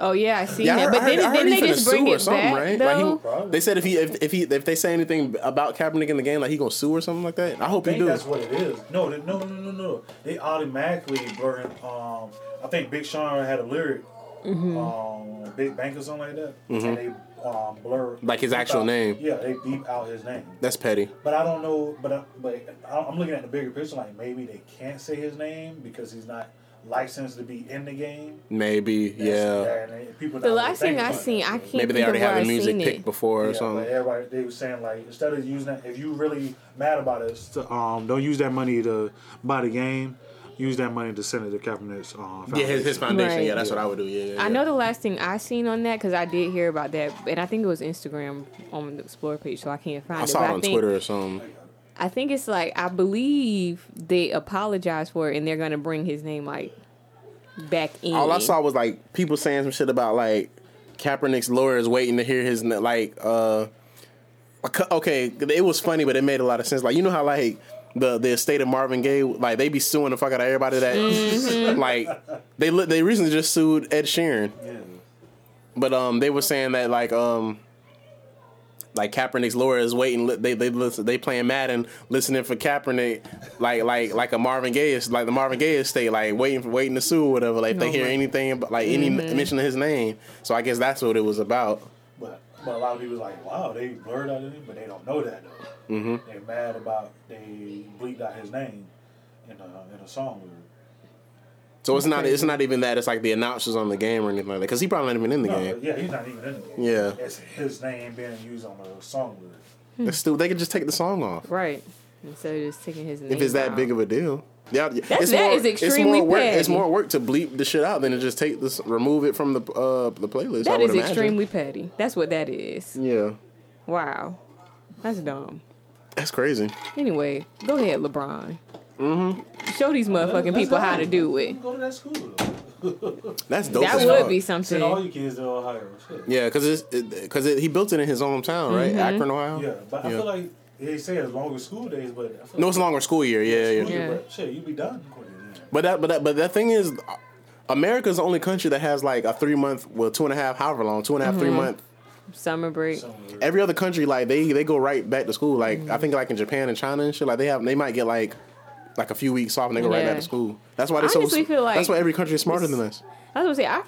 Oh yeah, I seen Yeah, I that. heard- But I heard- I then, heard then he they finna just bring sue or it something, back right? Like, he- though. they said if he if, if he if they say anything about Kaepernick in the game, like he gonna sue or something like that. I hope I he think do. that's what it is. No, they, no, no, no, no. They automatically burn. Um, I think Big Sean had a lyric, Mm-hmm. um, Big Bank or something like that, and they um, blur Like his beep actual out- name. Yeah, they beep out his name. That's petty. But I don't know. But I, but I- I'm looking at the bigger picture. Like maybe they can't say his name because he's not licensed to be in the game. Maybe, yeah. That's- and they- people The not last really thing I thinking seen, about I that. can't. Maybe think they of already where had I the music seen it. picked before or Yeah, something. but everybody they were saying like instead of using that, if you really mad about us, to, um, don't use that money to buy the game. Use that money to send it to Kaepernick's um, Yeah, his, his Right. foundation. Yeah, that's what I would do. Yeah, yeah, I yeah. know the last thing I seen on that because I did hear about that, and I think it was Instagram on the Explore page, so I can't find I it. saw but it I on think, Twitter or something. I think it's like I believe they apologized for it, and they're gonna bring his name like back in. All I it. saw was like people saying some shit about like Kaepernick's lawyers waiting to hear his like. uh a cou- Okay, it was funny, but it made a lot of sense. Like you know how like the the estate of Marvin Gaye, like they be suing the fuck out of everybody that Mm-hmm. like they li- they recently just sued Ed Sheeran. Yeah. But um, they were saying that like um, like Kaepernick's lawyer is waiting. li- They they listen, they playing Madden, listening for Kaepernick, like like like a Marvin Gaye, is- like the Marvin Gaye estate, like waiting for waiting to sue or whatever. Like if they No, hear right. anything about like any mention of his name. So I guess that's what it was about. But, but a lot of people like, wow, they blurred out his name, but they don't know that though. Mm-hmm. They're mad about they bleeped out his name in a in a song. Lyric. So it's not it's not even that. It's like the announcers on the game or anything like that. Because he probably not even in the No, game. yeah, he's not even in the game. Yeah. it's his name being used on a song. Lyric. That's stupid. They could just take the song off right. Instead of just taking his name. if it's that out. big of a deal. Yeah, it's that more, is extremely it's more work. It's petty. more work to bleep the shit out than to just take this, remove it from the uh, the playlist. I that would is imagine. extremely petty. That's what that is. Yeah, Wow, that's dumb. that's crazy. Anyway, go ahead, LeBron. Mm-hmm. Show these motherfucking people how to do it. Go to that school. Though. That's dope. That as would fuck. be Send all something. your kids to Ohio. Shit. Yeah, because because it, he built it in his hometown, Mm-hmm. right? Akron, Ohio. Yeah, but I Yeah. feel like they say it's longer school days, but I feel No, like it's a longer school year. Yeah, yeah. school year, Yeah. but Shit, you be done quicker. than that. But that but that but that thing is, uh, America's the only country that has like a three month, well, two and a half, however long, two and a half, three Mm-hmm. month. Summer break. So, Every other country, like they they go right back to school. Like I think like in Japan and China and shit, like they have they might get like. Like a few weeks off, and they go right Yeah. back to school. That's why they so. Honestly feel like that's why every country is smarter it's- than us. I was gonna say I.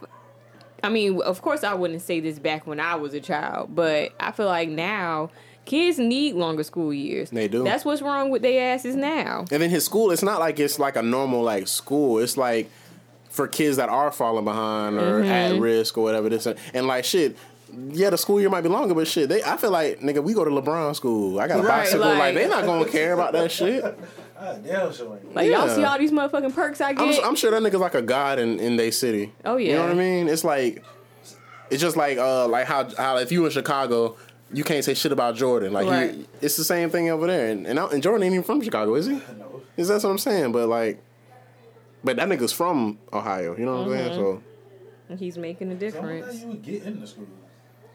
I mean, of course, I wouldn't say this back when I was a child, but I feel like now kids need longer school years. They do. That's what's wrong with their asses now. And then his school, it's not like it's like a normal like school. It's like for kids that are falling behind or Mm-hmm. at risk or whatever. This and, and like shit. Yeah, the school year might be longer, but shit, they I feel like nigga, we go to LeBron school. I got a Right, bicycle. Like, like- they not gonna care about that shit. Ah, damn sure. ain't. Like y'all Yeah. see all these motherfucking perks I I'm, get. I'm sure that nigga's like a god in in they city. Oh, you know yeah. what I mean? It's like it's just like uh like how how if you in Chicago. You can't say shit about Jordan. Like Right. you, it's the same thing over there, and and, I, and Jordan ain't even from Chicago, is he? No. Is that what I'm saying? But like, but that nigga's from Ohio. You know what Mm-hmm. I'm saying? So He's making a I don't know how difference. you would get in the school.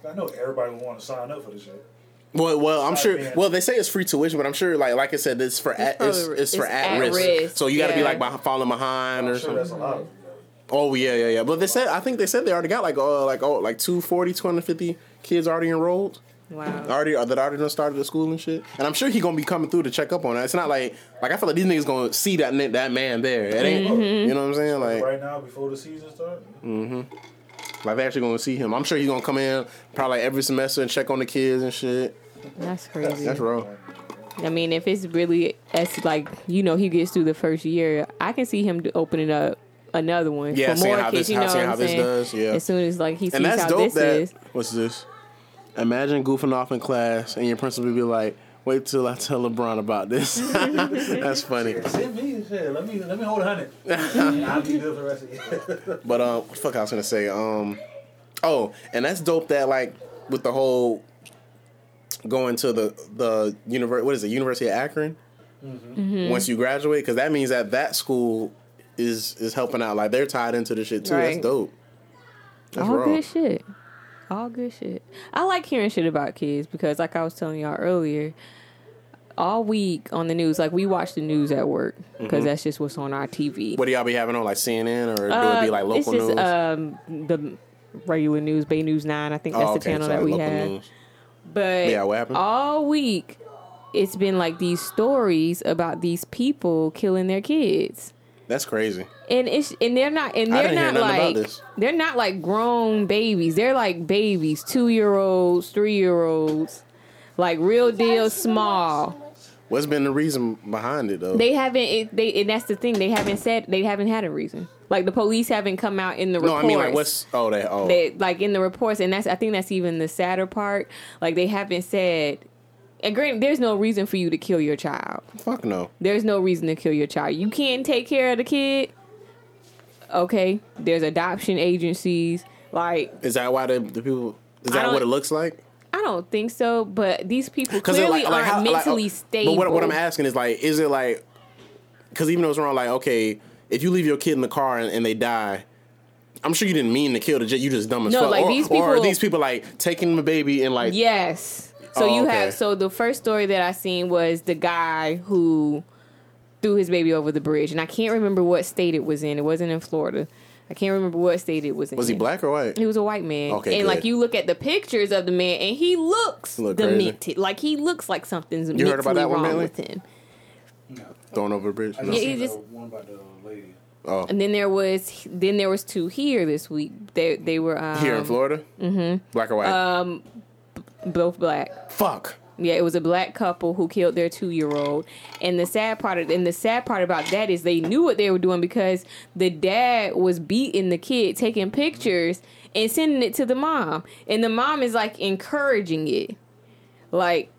I know everybody would want to sign up for this shit. Well, well, I'm Sorry, sure. man. Well, they say it's free tuition, but I'm sure, like, like I said, it's for at, it's, probably- it's for it's at, at risk. risk, So you got to be yeah. like behind, falling behind I'm or sure something. that's a lot of them. Oh yeah, yeah, yeah. But they said I think they said they already got like oh like oh like 240, 250 kids already enrolled, Wow. already uh, that already done started the school and shit. And I'm sure he gonna be coming through to check up on that. It's not like like I feel like these niggas gonna see that ni- that man there. It ain't Mm-hmm. you know what I'm saying like. Right now, before the season starts, Like they actually gonna see him. I'm sure he's gonna come in probably every semester and check on the kids and shit. That's crazy. That's wrong. I mean, if it's really as like you know, he gets through the first year, I can see him do- opening up another one Yeah, for seeing more how kids. this- you know how- seeing what how I'm this saying? does, yeah. As soon as like he sees And that's how dope this that is, what's this? Imagine goofing off in class and your principal be like, "Wait till I tell LeBron about this." that's funny. send me shit. Let me let me hold a hundred. I'll be good for the rest of the year. But um, what the fuck, I was gonna say um, oh, and that's dope that like with the whole going to the the univer what is it University of Akron Mm-hmm. once you graduate because that means that that school is is helping out like they're tied into the shit too. Right. That's dope. That's all raw. good shit. All good shit. I like hearing shit about kids because, like I was telling y'all earlier, all week on the news, like we watch the news at work Mm-hmm. because that's just what's on our TV. What do y'all be having on like CNN or do it be like Uh, local it's just, news? Um, the regular news, Bay News Nine. I think that's Oh, the channel so, that like, we local have. news. But Yeah, what happened? all week, it's been like these stories about these people killing their kids, That's crazy. and it's and they're not and they're didn't hear not nothing about like this. they're not like grown babies. They're like babies, two year olds, three year olds, like real deal small. What's been the reason behind it though? They haven't. It, they and that's the thing. They haven't said. They haven't had a reason. Like the police haven't come out in the no, reports. I mean like what's oh they oh that like in the reports and that's i think that's even the sadder part like they haven't said and granted there's no reason for you to kill your child fuck no. there's no reason to kill your child you can't take care of the kid okay there's adoption agencies like Is that why the, the people? Is I that don't- what it looks like? i don't think so but these people it, clearly aren't how- like, mentally oh, stable But what, what I'm asking is like, is it like? Because even though it's wrong, like okay, if you leave your kid in the car and, and they die. I'm sure you didn't mean to kill the jet. You just dumb as No, fuck. like, or, these or are people- these people like taking the baby and like Yes. So Oh, you okay. have so the first story that I seen was the guy who threw his baby over the bridge, and I can't remember what state it was in. It wasn't in Florida. I can't remember what state it was in. was he black or white? He was a white man. Okay, and like good. you look at the pictures of the man, and he looks Look crazy. demented. Like he looks like something's You heard mentally about that one, wrong Bailey? with him. Thrown over a bridge. I No. Yeah, just seen you the just- one about the lady. Oh, And then there was then there was two here this week. They they were um, Uh, here in Florida. Mm-hmm. Black or white? both black. fuck. Yeah, it was a black couple who killed their two year old. And the sad part of, and the sad part about that is they knew what they were doing because the dad was beating the kid, taking pictures and sending it to the mom. And the mom is like encouraging it. Like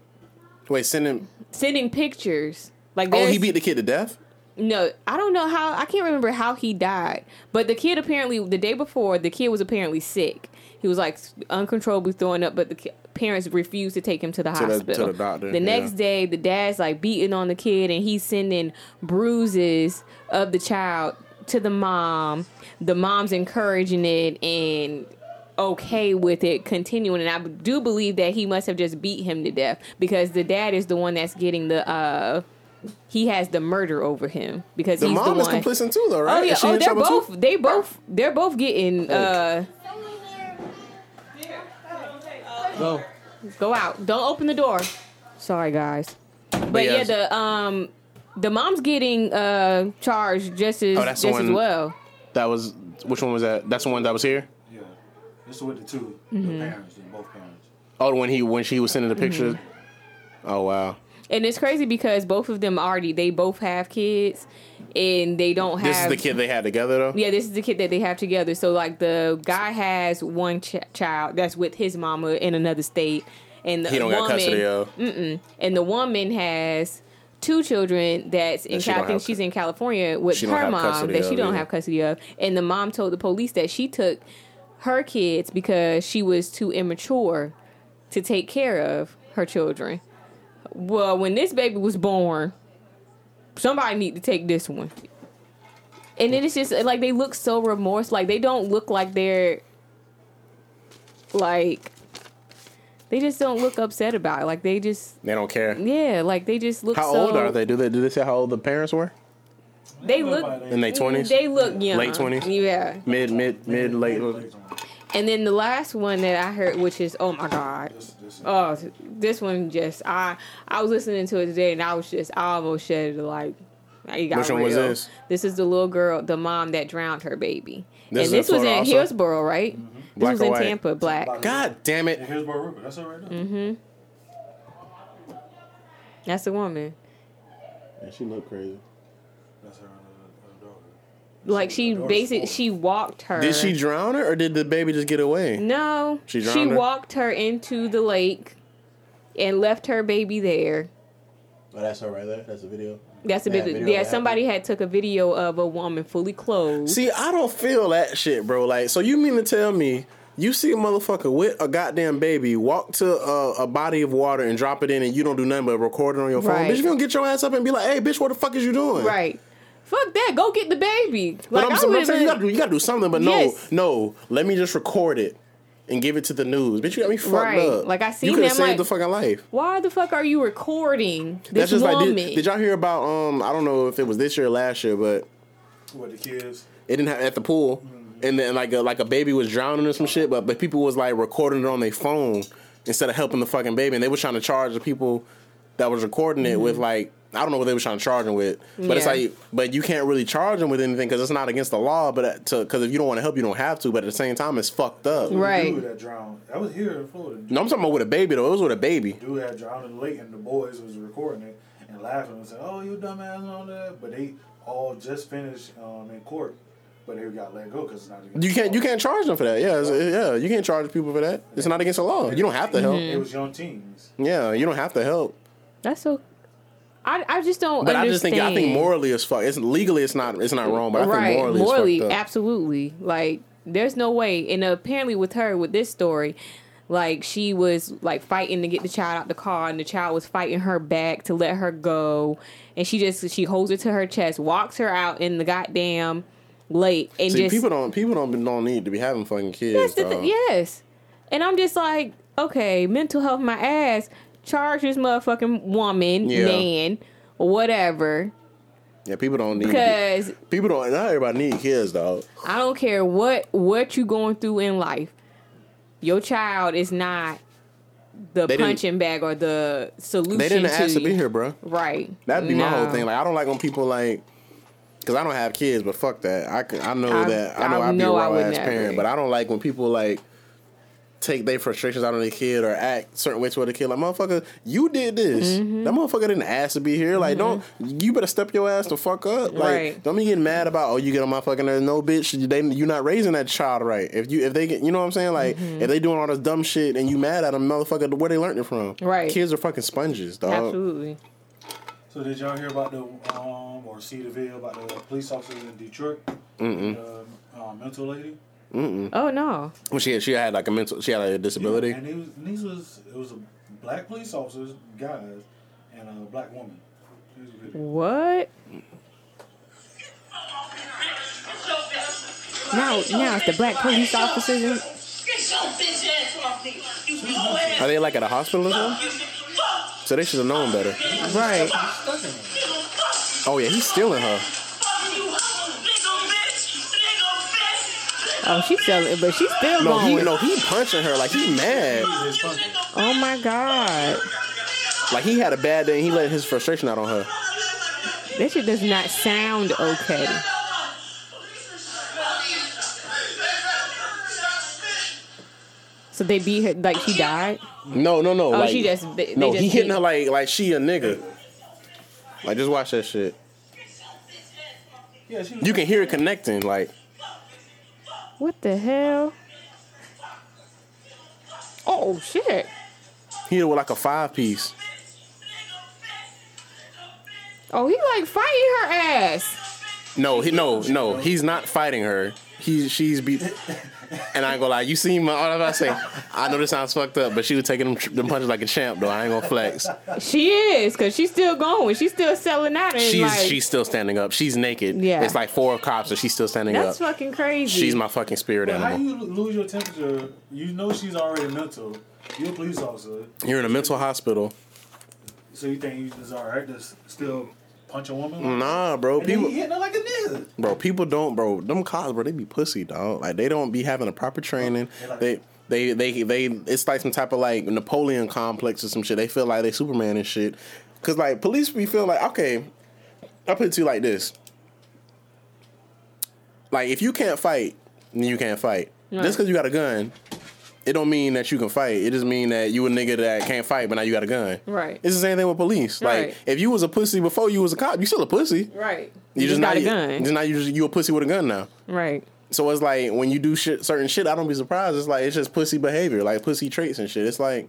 Wait, send him. sending pictures. Like Oh, he there's- beat the kid to death. no, I don't know how. I can't remember how he died, but the kid apparently the day before the kid was apparently sick. He was like uncontrollably throwing up, but the ki- parents refused to take him to the the- to hospital. the doctor, The next yeah. day, the dad's like beating on the kid, and he's sending bruises of the child to the mom. The mom's encouraging it and okay with it continuing and i do believe that he must have just beat him to death because the dad is the one that's getting the uh he has the murder over him because The he's mom the is one. complicit too, though, right? oh yeah, Is she oh in they're trouble both too? they both they're both getting uh Go. go out. Don't open the door. Sorry guys. But, yeah, yes. the um the mom's getting uh charged just as Oh, that's just the as one- well. That was which one was that? That's the one that was here. Yeah. This is with the 2 Mm-hmm. the parents, and both parents. Oh, when he when she was sending the pictures. Oh wow. And it's crazy because both of them already they both have kids, and they don't have. This is the kid they had together though. Yeah, this is the kid that they have together. So like the guy has one ch- child that's with his mama in another state, and the He don't woman Mm. got custody of. and the woman has two children that's in That she Cal- don't I think have she's cu- in California with she don't her have mom custody that she of don't either. have custody of and the mom told the police that she took her kids because she was too immature to take care of her children. Well, when this baby was born, somebody need to take this one. And then it's just like they look so remorse like they don't look like they're like they just don't look upset about it. Like they just They don't care. yeah, like they just look. How so, old are they? Do they do they say how old the parents were? They Ain't look- nobody- In their twenties, Mm, They look young, Late 20s? Yeah, mid mid mid late. and then the last one that I heard, which is oh my god, This, this, oh this one just I I was listening to it today and I was just I almost shed it like. it got Which one was real. this? This is the little girl, the mom that drowned her baby. This is and this in was in Florida also? Hillsboro, right? This Black was or in white? Tampa, black. God damn And it! here's Boy Rupert. That's it right there. Mm-hmm. That's the woman. she looked crazy. That's her, her, her daughter. Like she daughter's basically old. she walked her. Did she drown her or did the baby just get away? No. She She, drowned her? walked her into the lake and left her baby there. Oh, that's her right there. That's a video. That's a Yeah, bit. video yeah, of that. somebody had took a video of a woman fully clothed. See, I don't feel that shit, bro. Like, so you mean to tell me you see a motherfucker with a goddamn baby walk to a, a body of water and drop it in, and you don't do nothing but record it on your phone? Right. Bitch, you gonna get your ass up and be like, "Hey, bitch, what the fuck is you doing?" Right. Fuck that. Go get the baby. But Like I'm, I saying- I'm would've saying you been- gotta, do, you gotta do something. But Yes. no, no, let me just record it and give it to the news. Bitch, you got me fucked Right. up. Like, I seen you coulda them, saved like- the fucking life. Why the fuck are you recording this That's just woman? like did, did y'all hear about um I don't know if it was this year or last year, but With the kids. it didn't have at the pool, and then like a, like a baby was drowning or some shit, but but people was like recording it on their phone instead of helping the fucking baby, and they were trying to charge the people that was recording it with like I don't know what they were trying to charge them with, but it's Mm-hmm. Yeah. like but you can't really charge them with anything because it's not against the law, but because if you don't want to help, you don't have to, but at the same time, it's fucked up. Right. Dude that drowned. That was here in Florida. No, I'm talking about with a baby though. It was with a baby. Dude had drowned in the lake, and the boys was recording it and laughing and saying, "Oh, you dumbass and all that." But they all just finished um, in court, but they got let go because it's not. against You can't the you law. can't charge them for that. Yeah, it's- yeah. You can't charge people for that. It's not against the law. You don't have to help. Mm-hmm. It was young teens. Yeah, you don't have to help. That's so. I I just don't. But I just understand. think I think morally it's fuck. It's legally it's not it's not wrong, but I right. think morally, it's fucked up. absolutely. Like, there's no way. And uh, apparently, with her, with this story, like she was like fighting to get the child out the car, and the child was fighting her back to let her go, and she just she holds it to her chest, walks her out in the goddamn lake, and See, just people don't people don't don't need to be having fucking kids. that's the dog. thi- yes. And I'm just like, okay, mental health, my ass. Charge this motherfucking woman, Yeah. man, whatever, yeah, people don't need to because be- people don't not everybody need kids, dog. I don't care what what you going through in life. Your child is not the They didn't- punching bag or the solution. They didn't ask to you. be here, bro. Right. That'd be my whole No. thing. Like I don't like when people like because I don't have kids, but fuck that. I can, I know I- that I know I I'd be a know I raw would ass never. parent, but I don't like when people like take their frustrations out on their kid or act certain way toward the kid. Like motherfucker, you did this. Mm-hmm. That motherfucker didn't ask to be here. Like don't you better step your ass the fuck up. Like Right. don't be getting mad about oh you get on my fucking nerves. No bitch, you- they you not raising that child right. If you if they get you know what I'm saying like Mm-hmm. if they doing all this dumb shit and you mad at them motherfucker where they learned it from. Right. Kids are fucking sponges, dog. Absolutely. So did y'all hear about the um or see the video about the police officer in Detroit? The um, mental lady. Oh no. Well, she had, she had like a mental, she had like a disability. And it was, and these was it was a black police officers, guys, and a black woman. Here's the video. What? Now now it's the black police officers. in- Get your bitch ass off me. You blow Are ass. they like at a hospital or something? Fuck. So they should have known better. Right. Stuck in there. Fuck. Oh yeah, he's stealing her. Fuck you, hoe. Nigga bitch. Nigga bitch. Oh, she's selling, but she's still No, going. he no, he punching her like he mad. Oh my god. Like he had a bad day. and He let his frustration out on her. This shit does not sound okay. So they beat her like she died. No, no, no. Oh, like, she just- they- they no, just he hitting beat- her like like she a nigga. Like just watch that shit. Yeah, she was You can hear it connecting. Like What the hell? Oh shit! he hit it with like a five piece. Oh, he like fighting her ass. No, he no no. He's not fighting her. He she's beat. And I ain't gonna lie. You seen my all I say. I know this sounds fucked up, but she was taking them, tr- them punches like a champ though. I ain't gonna flex. She is, cause she's still going. She's still selling out. And She's like, she's still standing up. She's naked. Yeah. It's like four cops, and she's still standing that's up. fucking crazy. She's my fucking spirit But how animal. you lose your temperature? You know she's already mental. You're a police officer, You're in a mental hospital. so you think you is all right to s- still punch a woman? Like Mm, Nah, bro. And then People he hitting her like a nigga. bro. People don't, bro. Them cops, bro. They be pussy, dog. Like they don't be having a proper training. They, they, they, they. It's like some type of like Napoleon complex or some shit. They feel like they Superman and shit. Cause like police, be feel like okay. I put it to you like this. Like if you can't fight, then you can't fight. Just cause you got a gun. It don't mean that you can fight. It just mean that you a nigga that can't fight, but now you got a gun. Right. It's the same thing with police. Like Right. if you was a pussy before you was a cop, you still a pussy. right. You just got not a gun. Just now you just you a pussy with a gun now. right. So it's like when you do shit, certain shit, I don't be surprised. It's like it's just pussy behavior, like pussy traits and shit. It's like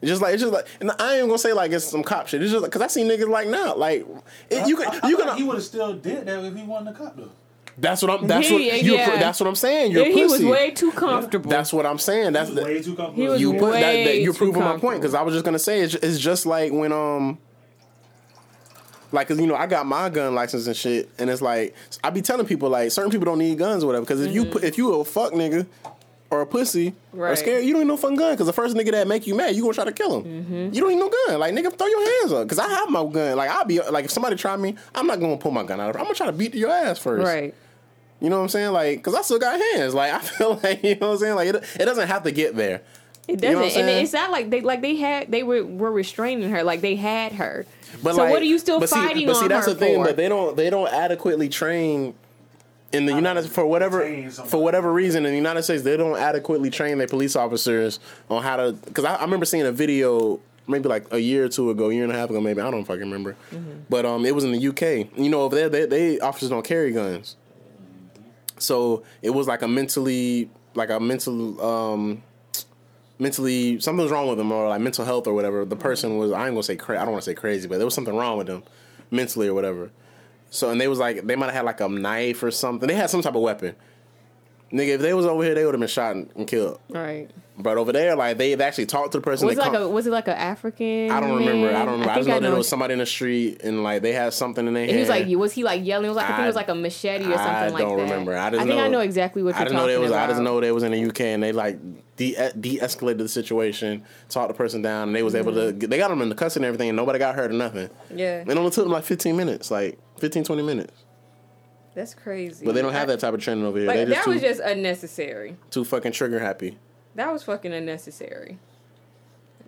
it's just like it's just like, and I ain't gonna say like it's some cop shit. It's just because I seen niggas like now, like it, you I- can I you thought he can. would have still did that if he wasn't a cop though. That's what I'm. That's what He- you. yeah. That's what I'm saying. You're a Yeah, pussy. he was way too comfortable. that's what I'm saying. That's the- Way too He comfortable. was you put that, that way you're too proving my comfortable. point because I was just gonna say it's, it's just like when um like because you know I got my gun license and shit and it's like I be telling people like certain people don't need guns or whatever because if you put if you a fuck nigga or a pussy or Mm-hmm. Right. scared you don't need no fucking gun because the first nigga that make you mad you gonna try to kill him Mm-hmm. you don't need no gun like nigga throw your hands up because I have my gun like I'll be like if somebody try me I'm not gonna pull my gun out I'm gonna try to beat your ass first right. you know what I'm saying like because I still got hands like I feel like you know what I'm saying like it, it doesn't have to get there. It You doesn't, know what I'm and saying? it's not like they like they had they were were restraining her like they had her. But so like, what are you still but see- fighting but see, on that's her the thing. for? But they don't they don't adequately train in the United for whatever train somebody. for whatever reason in the United States they don't adequately train their police officers on how to. Because I, I remember seeing a video maybe like a year or two ago, year and a half ago, maybe I don't fucking remember. But um, it was in the UK. You know, over there they, they officers don't carry guns, so it was like a mentally like a mental um mentally something was wrong with them or like mental health or whatever. The person was I ain't gonna say cra- I don't want to say crazy, but there was something wrong with them mentally or whatever. So and they was like they might have had like a knife or something. They had some type of weapon. Nigga, if they was over here, they would have been shot and, and killed. right. But over there, like they they actually talked to the person. Was it they like com- a was it like an African? I don't remember. I man? don't remember. I, just think know that know there was somebody in the street and like they had something in their And hand. he was like, was he like yelling? It was like I, think I- it was like a machete or something I like that. don't remember. I just think I know- know exactly what I you're didn't talking know they was. about. I just know they was in the UK and they like de escalated the situation, talked the person down, and they was able Mm-hmm. to. They got them in the custody and everything, and nobody got hurt or nothing. Yeah, It only took them like 15 minutes, like 15, 20 minutes. that's crazy. But they don't have that type of training over here. Like they just that too, was just unnecessary. too fucking trigger happy. That was fucking unnecessary.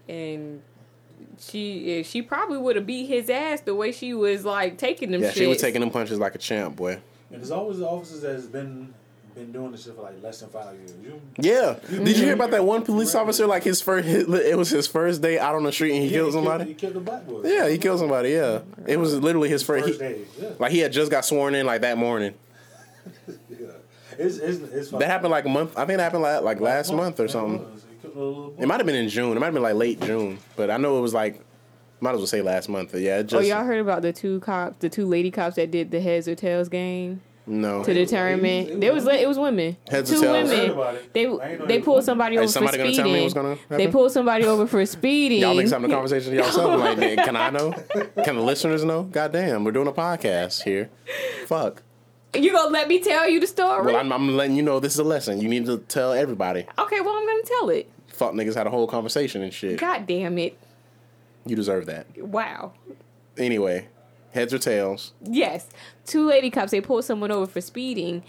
And she yeah, she probably would have beat his ass the way she was like taking them. Yeah, she was shits. taking them punches like a champ, boy. And there's always the officers that's been been doing this shit for like less than five years. You, Yeah. Did you hear about that one police officer? Like his first, it was his first day out on the street and he Yeah, killed He somebody. killed the black boy. Yeah, he killed somebody. Yeah, it was literally his first. First he- day. Yeah. like he had just got sworn in like that morning. yeah. It's, it's, it's That happened like a month. I think it happened like, like last month or Yeah, it something. was. He killed a little boy. It might have been in June. It might have been like late June, but I know it was like might as well say last month. Yeah, it Oh, just y'all heard about the two cop, the two lady cops that did the heads or tails game no. to the tournament? It was- it there was was- it was women, Heads or two tails? I heard women. about it. They I ain't know they it was pulled women. somebody over for somebody gonna speeding. tell me what's gonna they happen? pulled somebody over for speeding. Y'all niggas having a conversation to yourself. Like, nigga, can I know? Can the listeners know? Goddamn, we're doing a podcast here. Fuck. You gonna let me tell you the story? Well, I'm, I'm letting you know this is a lesson. You need to tell everybody. okay, well I'm gonna tell it. Fuck niggas had a whole conversation and shit. God damn it! You deserve that. Wow. Anyway, heads or tails? Yes, two lady cops. They pulled someone over for speeding,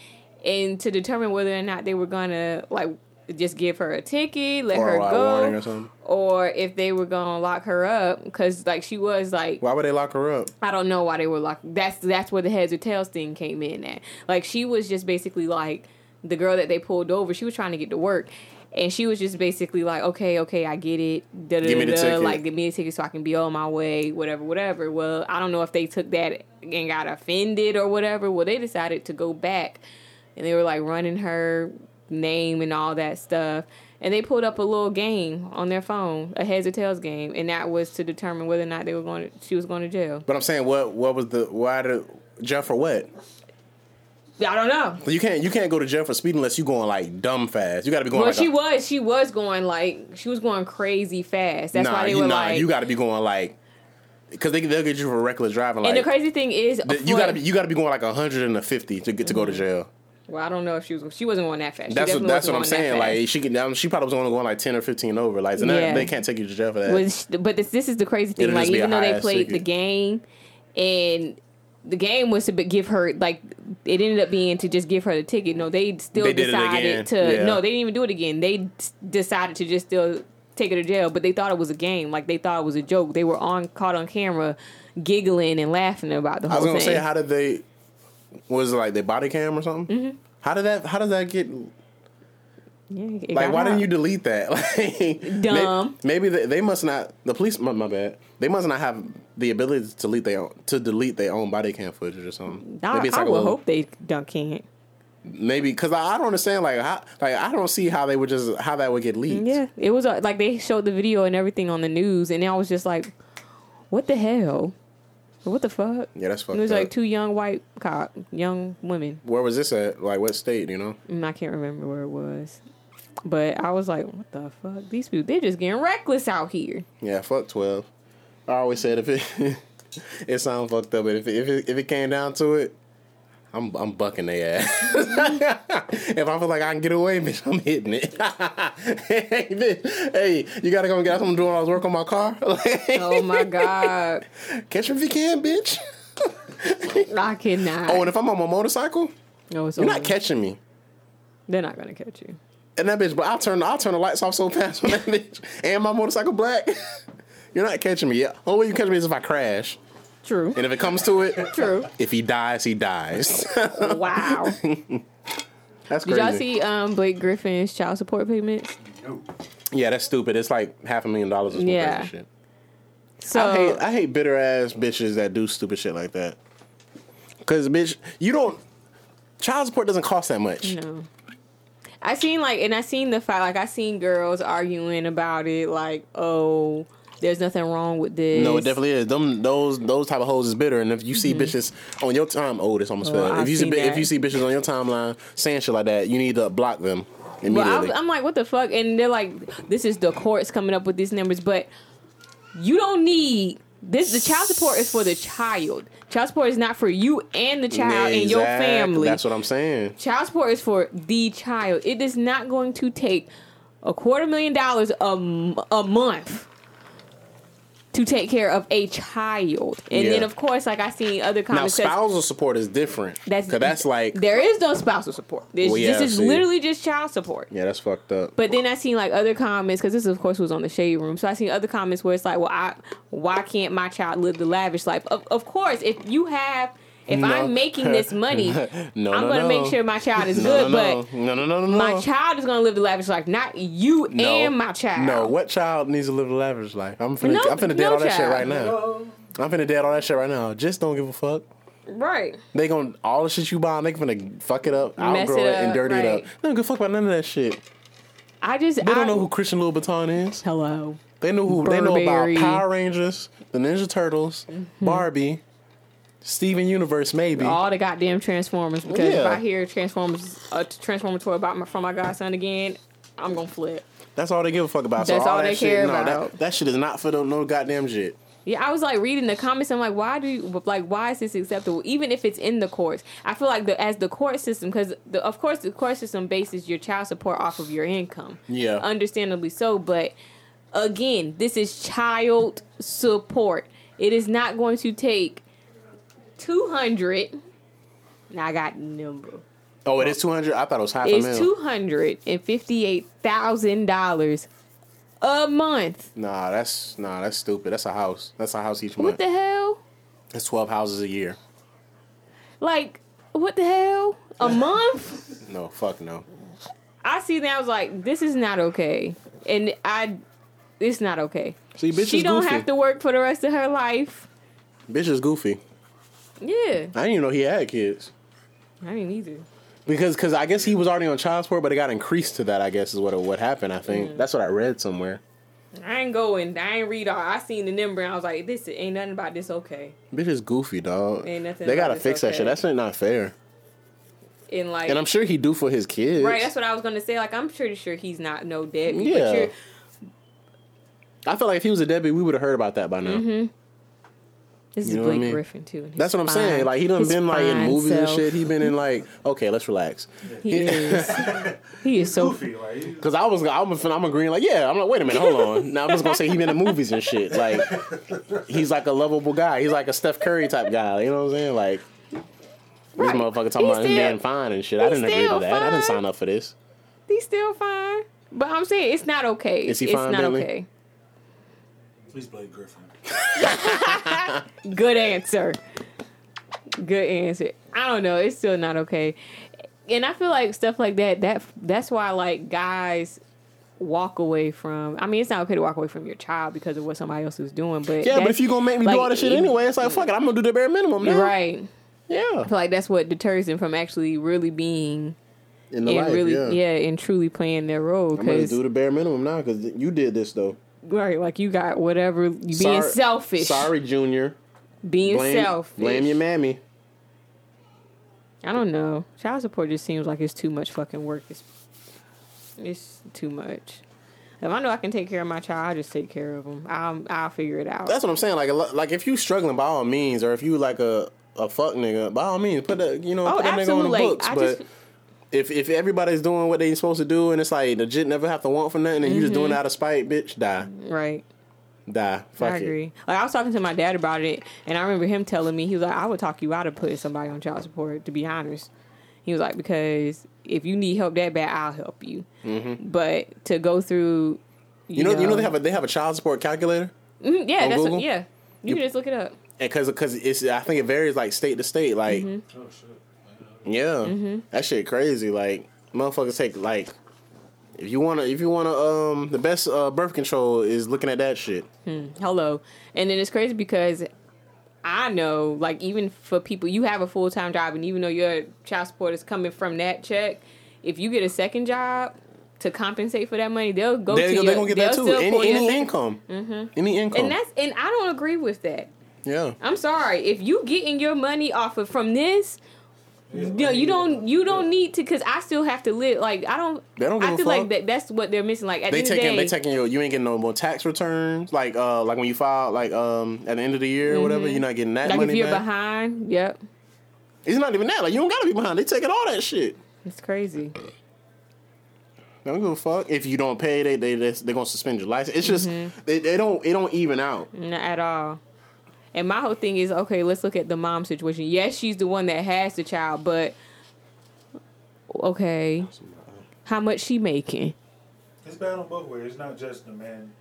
and to determine whether or not they were gonna like just give her a ticket, let Or her a go, warning or something? or if they were gonna lock her up because like she was like Why would they lock her up? I don't know why they were locked. That's that's where the heads or tails thing came in at. Like she was just basically like the girl that they pulled over, she was trying to get to work. And she was just basically like, okay, okay, I get it. Da, da, Give me the da, da, ticket. Like, give me a ticket so I can be on my way, whatever, whatever. Well, I don't know if they took that and got offended or whatever. Well, they decided to go back and they were like running her name and all that stuff. And they pulled up a little game on their phone, a heads or tails game, and that was to determine whether or not they were going. To, she was going to jail. But I'm saying, what what was the why did jail for what? I don't know. But you can't you can't go to jail for speeding unless you going like dumb fast. You got to be going. Well, like she a- was. She was going like she was going crazy fast. That's nah, why they you, were nah, like. you got to be going like because they they'll get you for reckless driving. Like and the crazy thing is, th- you for- got to be you got to be going like 150 to get to go to jail. Well, I don't know if she was. She wasn't going that fast. Mm-hmm. She That's what definitely that's what I'm wasn't going saying. that fast. Like she can, um, she probably was only going like 10 or 15 over. Like and that- Yeah. they can't take you to jail for that. was but this this is the crazy thing. It'll Like just be even a though they high-ass played ticket. the game, and the game was to be- give her like it ended up being to just give her the ticket. No, they still They did it again. decided to Yeah. no, they didn't even do it again. They d- decided to just still take her to jail, but they thought it was a game. Like they thought it was a joke. They were on caught on camera giggling and laughing about the I whole was gonna thing. say, how did they? Was it like their body cam or something? Mm-hmm. How did that? How does that get? Yeah, it Like, got why didn't out. you delete that? Like, may- Dumb. Maybe, they, they must not. The police, my, my bad. They must not have the ability to delete their own, to delete their own body cam footage or something. I, maybe I like a would little- hope they don't can't. Maybe because I, I don't understand. Like, how, like I don't see how they would just how that would get leaked. Yeah, it was uh, like they showed the video and everything on the news, and I was just like, "What the hell? What the fuck?" Yeah, that's It fucked was up. like two young white cop, young women. Where was this at? Like, what state? You know? And I can't remember where it was, but I was like, "What the fuck? These people, they're just getting reckless out here." Yeah, fuck twelve. I always said if it it sounds fucked up, but if it, if it, if it came down to it, I'm I'm bucking their ass. if I feel like I can get away, bitch, I'm hitting it. hey, bitch, hey, you gotta come get something doing all this work on my car. Oh my god, Catch me if you can, bitch. I cannot. Oh, and if I'm on my motorcycle, no, it's you're over. not catching me. They're not gonna catch you. And that bitch, but I'll turn I'll turn the lights off so fast on that bitch. And my motorcycle black. You're not catching me. Yeah. Only way you catch me is if I crash. True. And if it comes to it, True. If he dies, he dies. Wow. That's Did crazy. y'all see um Blake Griffin's child support payments? Yeah, that's stupid. It's like half a million dollars or some Yeah. crazy shit. So I hate I hate bitter ass bitches that do stupid shit like that. Cause bitch, you don't child support doesn't cost that much. No. I seen like, and I seen the fight. Like I seen girls arguing about it. Like, oh, there's nothing wrong with this. No, it definitely is. Them those those type of hoes is bitter. And if you see bitches on your time, oh, this almost Oh, fell. If Mm-hmm. I've you see seen bi- if that. you see bitches on your timeline saying shit like that, you need to block them But immediately. I, I'm like, what the fuck? And they're like, this is the courts coming up with these numbers, but you don't need. This the child support is for the child. Child support is not for you and the child and your Exact- family. That's what I'm saying. child support is for the child. It is not going to take a quarter million dollars a, m- a month to take care of a child. And then, Yeah. of course, like I seen other Now comments, that's- spousal support is different. That's cause that's like there is no spousal support. This, Well, yeah, this is see. literally just child support. yeah, that's fucked up. But then I seen like other comments because this, of course, was on the shade room. So I seen other comments where it's like, well, I why can't my child live the lavish life? Of, of course, if you have, if No. I'm making this money, No, I'm no, gonna no. make sure my child is No, good. no, But no, no, no, no, no. my child is gonna live the lavish life, not you and my child. No, what child needs to live a lavish life? I'm finna, No- I'm finna dead no all that shit child. right now. I'm finna dead all that shit right now. Just don't give a fuck. Right. They gon' all the shit you buy, they finna fuck it up, Mess outgrow it, it and up, dirty it up. right. They don't give a fuck about none of that shit. I just They I don't know who Christian Louboutin is. Hello. They know who they know Burberry. Mm-hmm. about Power Rangers, the Ninja Turtles, Barbie, Steven Universe, maybe. All the goddamn Transformers because if Yeah. I hear Transformers a Transformer toy about my, from my godson again, I'm gonna flip. That's all they give a fuck about. That's so all, all that they shit, care no, that- about. That, shit is not for them, no goddamn shit. Yeah, I was like reading the comments. I'm like, why do you like? Why is this acceptable? Even if it's in the courts, I feel like the as the court system, because of course the court system bases your child support off of your income. Yeah. understandably so. But again, this is child support. It is not going to take two hundred. Now I got number. Oh, it is two hundred. I thought it was half a It's mil. two hundred and fifty eight thousand dollars a month. Nah, that's nah, that's stupid. That's a house. That's a house each What month. the hell? That's twelve houses a year. Like, what the hell? A month? No, fuck no. I see that I was like, this is not okay, and I, it's not okay. See, bitch she is don't goofy. have to work for the rest of her life. Bitch is goofy. Yeah, I didn't even know he had kids. I didn't either. Because cause I guess he was already on child support, but it got increased to that, I guess, is what what happened, I think. That's what I read somewhere. I ain't going. I ain't read all. I seen the number and I was like, this ain't nothing about this. Okay, Bitch is goofy, dog. Ain't nothing they gotta about it, fix that okay. shit. That's not fair. and like, And I'm sure he do for his kids. right. That's what I was gonna say. Like, I'm pretty sure he's not no dead. Yeah. But you're, I feel like if he was a deadbeat, we would have heard about that by now. Mm-hmm. this You know is what I Blake mean? Griffin too. and his That's what I'm fine- saying. Like he done his been like in fine movies and self. shit. He been in like okay, let's relax. He is. He is so. Goofy, like he- Cause I was I'm I'm agreeing like yeah I'm like wait a minute hold on now I'm just gonna say he been in movies and shit like he's like a lovable guy he's like a Steph Curry type guy you know what I'm saying like Right. this motherfucker talking He's about him still- being fine and shit I he's didn't agree to still that I didn't fine. sign up for this He's still fine. But I'm saying it's not okay. Is he it's fine, not Bentley? okay. Please Blake Griffin. Good answer. Good answer. I don't know. It's still not okay. And I feel like stuff like that. That that's why like guys walk away from. I mean, it's not okay to walk away from your child because of what somebody else is doing. But yeah but that's- if you gonna make me like, do all this shit it- anyway it's like fuck it I'm gonna do the bare minimum now. right? yeah I feel like that's what deters them from actually really being in the and life really yeah. and truly playing their role. I'm gonna Because do the bare minimum now because you did this though right, like you got whatever you being Sorry- selfish, sorry Junior being blame selfish. blame your mammy I don't know. Child support just seems like it's too much fucking work. It's it's too much. If I know I can take care of my child, I just take care of them. I'll I'll figure it out. That's what I'm saying. Like, a lo- like if you struggling by all means, or if you like a a fuck nigga, by all means, put that you know Oh, put that nigga on the absolutely. books. I but just- if if everybody's doing what they supposed to do, and it's like legit never have to want for nothing, and you just doing it out of spite, bitch, die, right. die, fuck Mm-hmm. I it. agree. Like I was talking to my dad about it, and I remember him telling me he was like, "I would talk you out of putting somebody on child support." To be honest, he was like, "Because if you need help that bad, I'll help you." But to go through, Mm-hmm. You know, you know they have a they have a child support calculator, Mhm, yeah, on that's Google? What, yeah. You, can just look it up. and because because it's I think it varies like state to state. Like, Mm-hmm. Oh shit. yeah, that shit crazy. Like, motherfuckers take like. If you wanna, if you wanna, um, the best uh, birth control is looking at that shit. hello and then it's crazy because i know like even for people you have a full-time job and even though your child support is coming from that check if you get a second job to compensate for that money they'll go They're, to they're your, gonna get that they'll too. still pull Any, your any second- income, any income. and that's and i don't agree with that Yeah. i'm sorry if you getting your money off of from this no, you don't. You don't need to, because I still have to live. Like I don't. They don't give I a feel like fuck. that. That's what they're missing. Like at They the end of the taking day, they taking your you ain't getting no more tax returns like uh like when you file like um at the end of the year or whatever you're not getting that Mm-hmm. like money if you're back. behind, yep, It's not even that like you don't gotta be behind. They taking all that shit. it's crazy. They don't give a fuck if you don't pay. They they they are gonna suspend your license. It's just Mm-hmm. they, they don't it don't even out. Not at all. And my whole thing is okay, let's look at the mom situation. Yes, she's the one that has the child, but okay, how much she making? It's bad on both ways. It's not just the man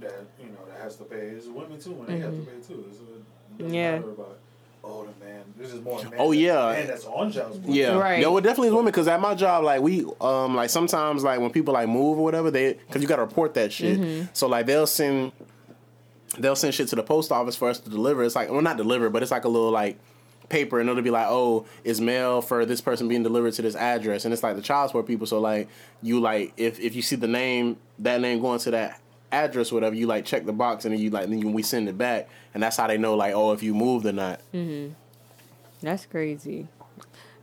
that you know that has to pay. It's women too when they have to pay too. It's a, it Mm-hmm. Yeah. yeah. Matter about, oh the man. This is more. Man Oh, yeah. Man that's on child support. Yeah, Right. No, it definitely is women because at my job, like we, um, like sometimes like when people like move or whatever, they because you got to report that shit. So like they'll send, they'll send shit to the post office for us to deliver. It's like well, not deliver, but it's like a little like paper, and it'll be like, oh, is mail for this person being delivered to this address, and it's like the child support people. So like you like if if you see the name that name going to that address or whatever you like check the box and then you like then you, we send it back and that's how they know like oh if you moved or not That's crazy.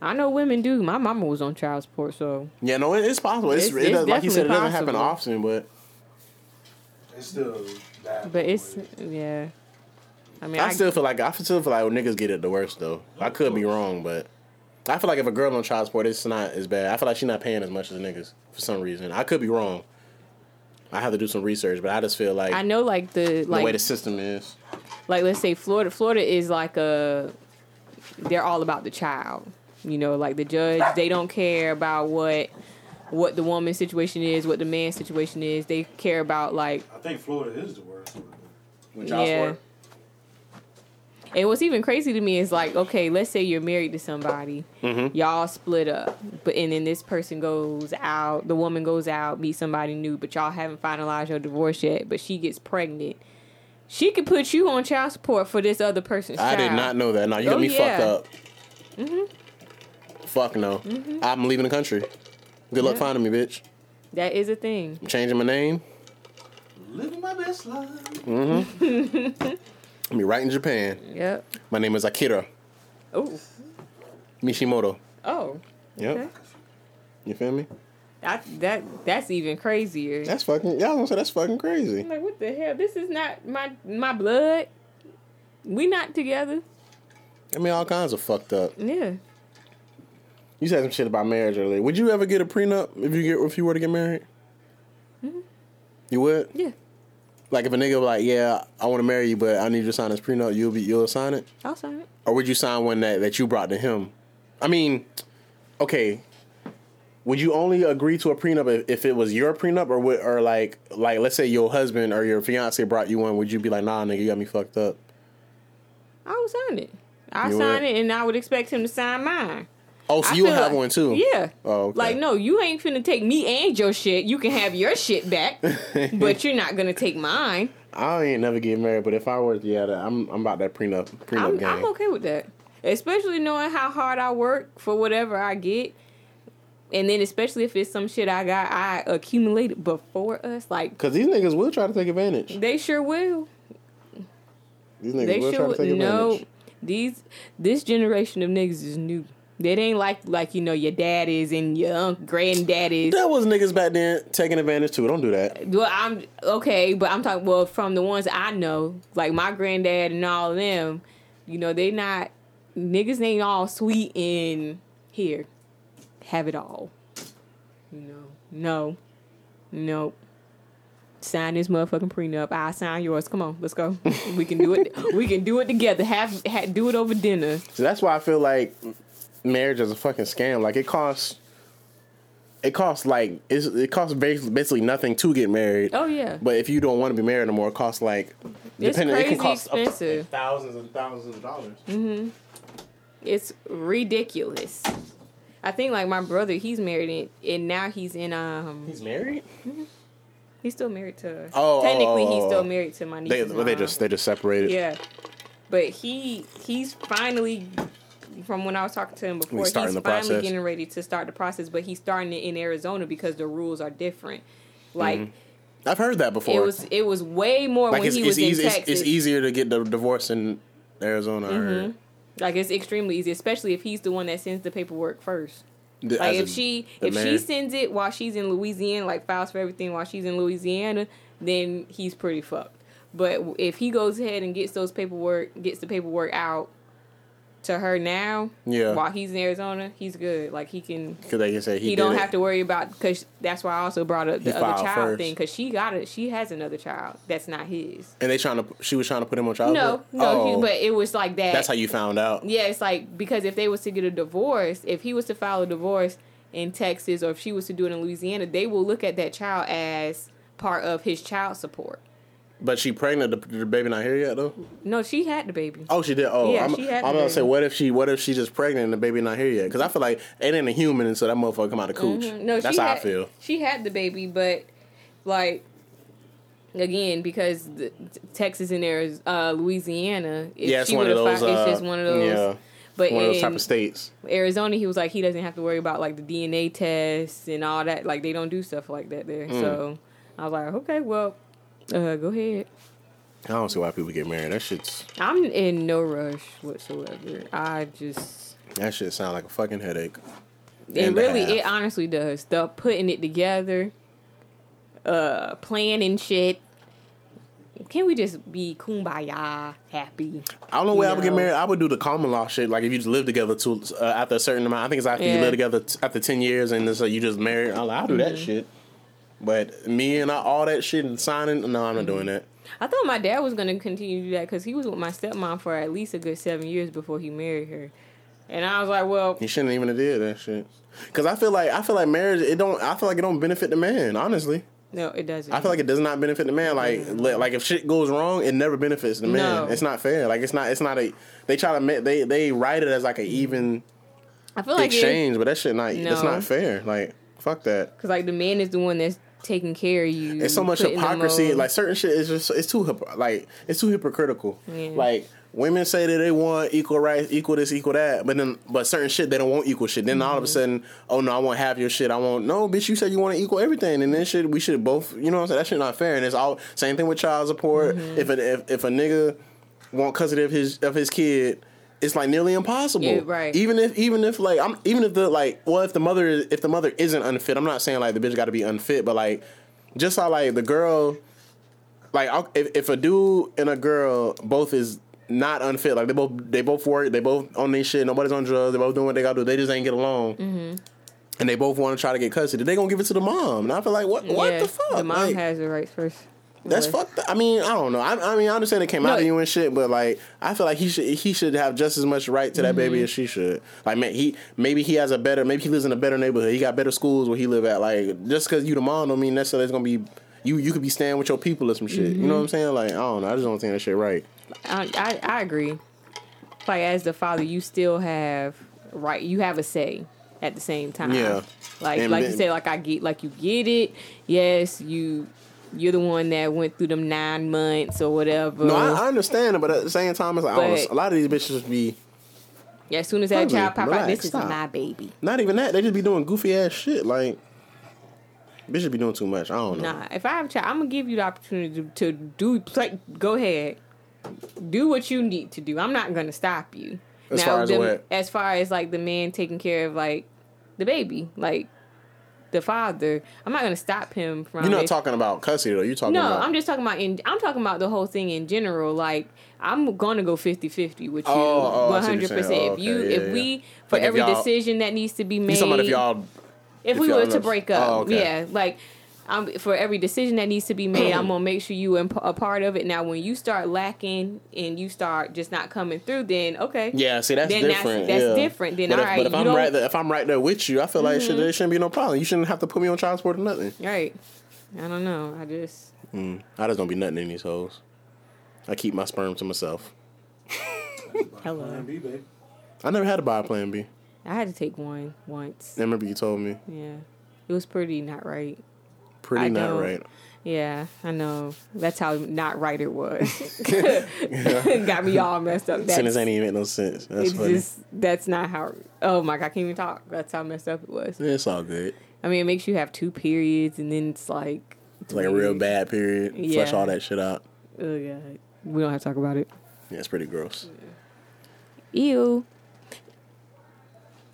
I know women do. My mama was on child support, so yeah no it, it's possible it's, It's- it it's does, like you said it definitely doesn't happen possible. often but It's still bad. but both it's ways. yeah. I mean, I still feel like I still feel like niggas get it the worst though. I could be wrong, but I feel like if a girl on child support, it's not as bad. I feel like she's not paying as much as niggas for some reason. I could be wrong. I have to do some research, but I just feel like I know like the the like way the system is. like let's say Florida. Florida is like a they're all about the child. You know, like the judge, they don't care about what what the woman's situation is, what the man's situation is. They care about like I think Florida is the worst. one. With yeah. And what's even crazy to me is like, okay, let's say you're married to somebody, Mm-hmm. y'all split up, but and then this person goes out, the woman goes out, meets somebody new, but y'all haven't finalized your divorce yet, but she gets pregnant. She could put you on child support for this other person's I child. did not know that. No, you got Oh, me fucked yeah. Mm-hmm. up. Fuck no. I'm leaving the country. Good luck Yeah. finding me, bitch. That is a thing. I'm changing my name. Living my best life. I'll be right in Japan. Yep. My name is Akira Oh. Mishimoto. Oh. Yep. Okay. You feel me? That that that's even crazier. That's fucking. Y'all gonna say that's fucking crazy. I'm like, what the hell? This is not my my blood. We not together. I mean, all kinds of fucked up. Yeah. You said some shit about marriage earlier. Would you ever get a prenup if you get if you were to get married? Mm-hmm. You would. Yeah. Like if a nigga was like, yeah, I want to marry you, but I need you to sign this prenup. You'll be you'll sign it, I'll sign it. or would you sign one that that you brought to him? I mean, okay. Would you only agree to a prenup if, if it was your prenup, or would, or like like let's say your husband or your fiance brought you one? Would you be like, nah, nigga, you got me fucked up? I would sign it. I You sign would? it, and I would expect him to sign mine. Oh, so I you would feel have like- one too? Yeah. Oh, okay. Like, no, you ain't finna take me and your shit. You can have your shit back, but you're not gonna take mine. I ain't never get married, but if I were, yeah, that- I'm I'm about that prenup prenup I'm, game. I'm okay with that. Especially knowing how hard I work for whatever I get. And then especially if it's some shit I got I accumulated before us. Like Cause these niggas will try to take advantage. they sure will. These niggas They will try sure to take will no advantage. these this generation of niggas is new. That ain't like like you know your dad is and your uncle, granddad is. That was niggas back then taking advantage too. Don't do that. Well, I'm okay, but I'm talking well from the ones I know, like my granddad and all of them. You know, they not niggas ain't all sweet and here, have it all. You know, no, nope. Sign this motherfucking prenup. I sign yours. Come on, let's go. We can do it. we can do it together. Have, ha do it over dinner. So that's why I feel like marriage is a fucking scam. Like it costs, it costs like it's, it costs bas- basically nothing to get married. Oh yeah, But if you don't want to be married no more, it costs like it's depending- crazy up to expensive. Mm-hmm. thousands and thousands of dollars. It's ridiculous. I think like my brother, he's married and, and now he's in um He's married. he's still married to Oh, oh, technically oh, oh, he's still oh. married to my niece. They well, they just they just separated. yeah, but he he's finally from when I was talking to him before he's starting finally the process. getting ready to start the process, but he's starting it in Arizona because the rules are different. Mm-hmm. Like I've heard that before. it was it was way more Oh, like when it's he it's, was in easy, it's, Texas. it's easier to get the divorce in Arizona. I heard. Mm-hmm. Like it's extremely easy, especially if he's the one that sends the paperwork first. The- Like as if a- she the if she marriage- sends it while she's in Louisiana, like files for everything while she's in Louisiana, then he's pretty fucked. But w- if he goes ahead and gets those paperwork, gets the paperwork out to her now, Yeah. while he's in Arizona, he's good. Like he can, Cause they can say he, he, did don't it. have to worry about because that's why I also brought up the other filed child first. thing because she got it, she has another child that's not his. And they trying to she was trying to put him on child. No, support? no, Oh, he, but it was like that. that's how you found out. Yeah, it's like because if they was to get a divorce, if he was to file a divorce in Texas or if she was to do it in Louisiana, they will look at that child as part of his child support. But she pregnant. The, the baby not here yet though. No, she had the baby. Oh, she did. Oh, Yeah, I'm, she had I'm the gonna say, baby. what if she? What if she just pregnant and the baby not here yet? Because I feel like it ain't a human, and so that motherfucker come out of cooch. Mm-hmm. No, that's she how had, I feel. She had the baby, but like again because the, Texas and Arizona, uh, Louisiana, if Yeah, it's she one of would've those. fi- uh, it's just one of those. Yeah, But one of those in type of states. Arizona, he was like he doesn't have to worry about like the DNA tests and all that. Like they don't do stuff like that there. Mm. So I was like, okay, well, uh, go ahead. I don't see why people get married. That shit's I'm in no rush whatsoever. I just that shit sound like a fucking headache. it And a really half. it honestly does the putting it together, uh, planning shit. Can we just be kumbaya happy? I don't know where I would get No. married. I would do the common law shit. Like if you just live together to uh, after a certain amount. I think it's after you Yeah. live together t- after ten years, and so you just married. I'll, I'll do Mm-hmm. that shit. But me and I, all that shit and signing. No, I'm not Mm-hmm. doing that. I thought my dad was gonna continue to do that because he was with my stepmom for at least a good seven years before he married her, and I was like, well, You shouldn't even have did that shit. Cause I feel like I feel like marriage. It don't. I feel like it don't benefit the man. Honestly, No, it doesn't. I feel like it does not benefit the man. Like, li- like if shit goes wrong, it never benefits the man. Mm-hmm. No. It's not fair. Like, it's not. It's not a. They try to make they they write it as like an even I feel like because exchange, but that shit not. That's No. not fair. Like, fuck that. like the man is the one that's taking care of you. It's so much putting the hypocrisy. mold. Like certain shit is just it's too hip- like it's too hypocritical. Yeah. Like women say that they want equal rights, equal this, equal that, but then but certain shit they don't want equal shit. Then Mm-hmm. all of a sudden, oh no, I want half your shit. I want no bitch. You said you want to equal everything, and then shit we should both. You know what I'm saying? That shit not fair. And it's all same thing with child support. Mm-hmm. If, a, if if a nigga want custody of his of his kid. It's like nearly impossible. Yeah, right. Even if even if like I'm even if the like well if the mother is if the mother isn't unfit, I'm not saying like the bitch got to be unfit, but like just how like the girl like I'll- if, if a dude and a girl both is not unfit like they both they both work they both on their shit nobody's on drugs they both doing what they gotta do they just ain't get along Mm-hmm. and they both want to try to get custody they gonna give it to the mom and i feel like what what Yeah, the fuck The mom Like, has the rights first. that's fucked up. i mean i don't know i, I mean i understand it came out No. of you and shit but like i feel like he should he should have just as much right to Mm-hmm. that baby as she should like man he maybe he has a better maybe he lives in a better neighborhood he got better schools where he live at like just because you the mom don't mean necessarily it's gonna be you you could be staying with your people or some shit you Mm-hmm. know what i'm saying like i don't know i just don't think that shit right I, I I agree. Like as the father, you still have right. You have a say at the same time. Yeah. Like And like you then- say, like I get, like you get it. Yes, you you're the one that went through them nine months or whatever. No, I, I understand it, but at the same time, it's like I don't know, Mm-hmm. But- a lot of these bitches just be yeah, as soon as that Probably. child pop out, Relax, this is stop. my baby. not even that. They just be doing goofy ass shit. Like bitches be doing too much. I don't know. Nah, if I have a child, I'm gonna give you the opportunity to, to do play. Go ahead, do what you need to do. I'm not gonna stop you. As far as the- what? as far as like the man taking care of like the baby, like the father, I'm not gonna stop him from. You're not it. talking about custody though. You talking No, about I'm just talking about in. I'm talking about the whole thing in general. Like I'm gonna go 50-50 with you, Oh, oh, I see what 100. you're percent saying. Oh, If you, okay, yeah, if yeah. we, for Like, if every y'all- decision that needs to be made, you talking about if y'all if, If we y'all were to don't- break up, Oh, okay. yeah, like I'm for every decision that needs to be made, I'm gonna make sure you imp- a part of it. Now, when you start lacking and you start just not coming through, then okay, Yeah, see that's Then that's- different. that's yeah. different. Then, but if, all right, but if you I'm don't- Mm-hmm. right there, if I'm right there with you, I feel like shit, there shouldn't be no problem. You shouldn't have to put me on child support or nothing. right? I don't know. I just I just don't be nothing in these hoes. I keep my sperm to myself. hello. B, baby. I never had to buy a plan B. I had to take one once. I remember you told me. Yeah, it was pretty not right. Pretty I not don't. right. Yeah, I know. That's how not right it was. Got me all messed up. That's, Sentence ain't even make no sense. That's it's funny. just that's not how. Oh my god, I can't even talk. That's how messed up it was. it's all good. I mean, it makes you have two periods, and then it's like, It's like a real bad period. Yeah. Flush all that shit out. oh god, we don't have to talk about it. Yeah, it's pretty gross. Ew.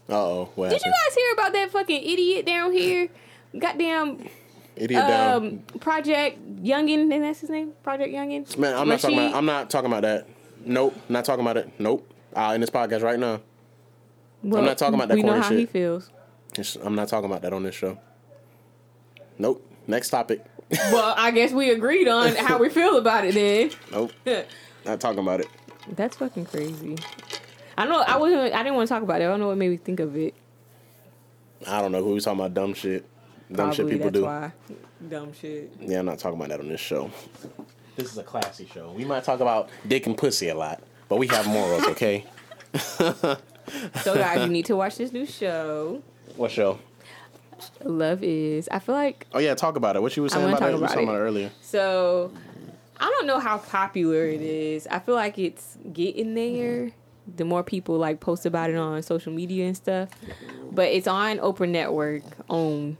Uh oh, what Did you happened? guys hear about that fucking idiot down here? Goddamn Idiot um, down. Project Youngin, and that's his name, Project Youngin. Man, I'm not talking Rashid- about. I'm not talking about that. Nope, not talking about it. Nope. Uh, in this podcast right now, Well, not talking about that We know corny how shit. he feels. It's- I'm not talking about that on this show. Nope. Next topic. well, I guess we agreed on how we feel about it Nope. then. not talking about it. that's fucking crazy. I know. I wasn't. I didn't want to talk about it. I don't know what made me think of it. I don't know who was talking about dumb shit. Dumb shit Probably people that's do. Why. Dumb shit. Yeah, I'm not talking about that on this show. This is a classy show. We might talk about dick and pussy a lot, but we have morals, okay? So guys, you need to watch this new show. what show? Love is. I feel like Oh yeah, talk about it. What you were saying wanna about talk it? We were about talking it. about it earlier. So I don't know how popular it is. I feel like it's getting there. The more people like post about it on social media and stuff. But it's on Oprah Network um, on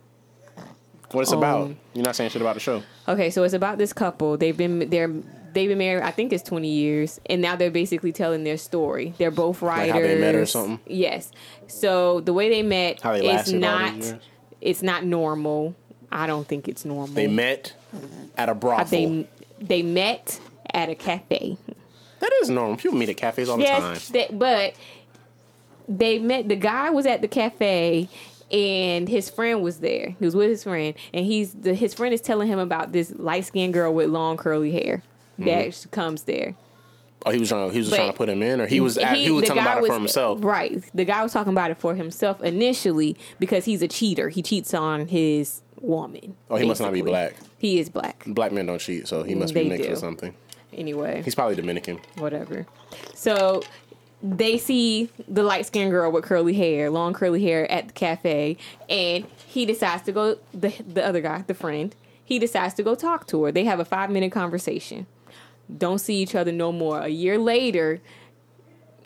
What it's Um, about? You're not saying shit about the show. Okay, so it's about this couple. They've been they're they've been married. I think it's twenty years, and now they're basically telling their story. They're both writers. how they met or something? Yes. So the way they met How they is lasted all not these years? it's not normal. I don't think it's normal. They met at a brothel. they they met at a cafe. that is normal. People meet at cafes all the Yes, time. that- but they met. The guy was at the cafe, and his friend was there. He was with his friend, and he's the his friend is telling him about this light skinned girl with long curly hair Mm-hmm. that sh comes there. Oh, he was trying. He was just But trying to put him in, or he was. He, he was the talking guy about it was- for himself. right? The guy was talking about it for himself initially because he's a cheater. He cheats on his woman. Oh, he must not be basically. black. He is black. Black men don't cheat, so he must They be mixed do. with something. Anyway, He's probably Dominican. whatever. So they see the light skinned girl with curly hair, long curly hair at the cafe, and he decides to go the the other guy, the friend, he decides to go talk to her. They have a five minute conversation. Don't see each other no more. A year later,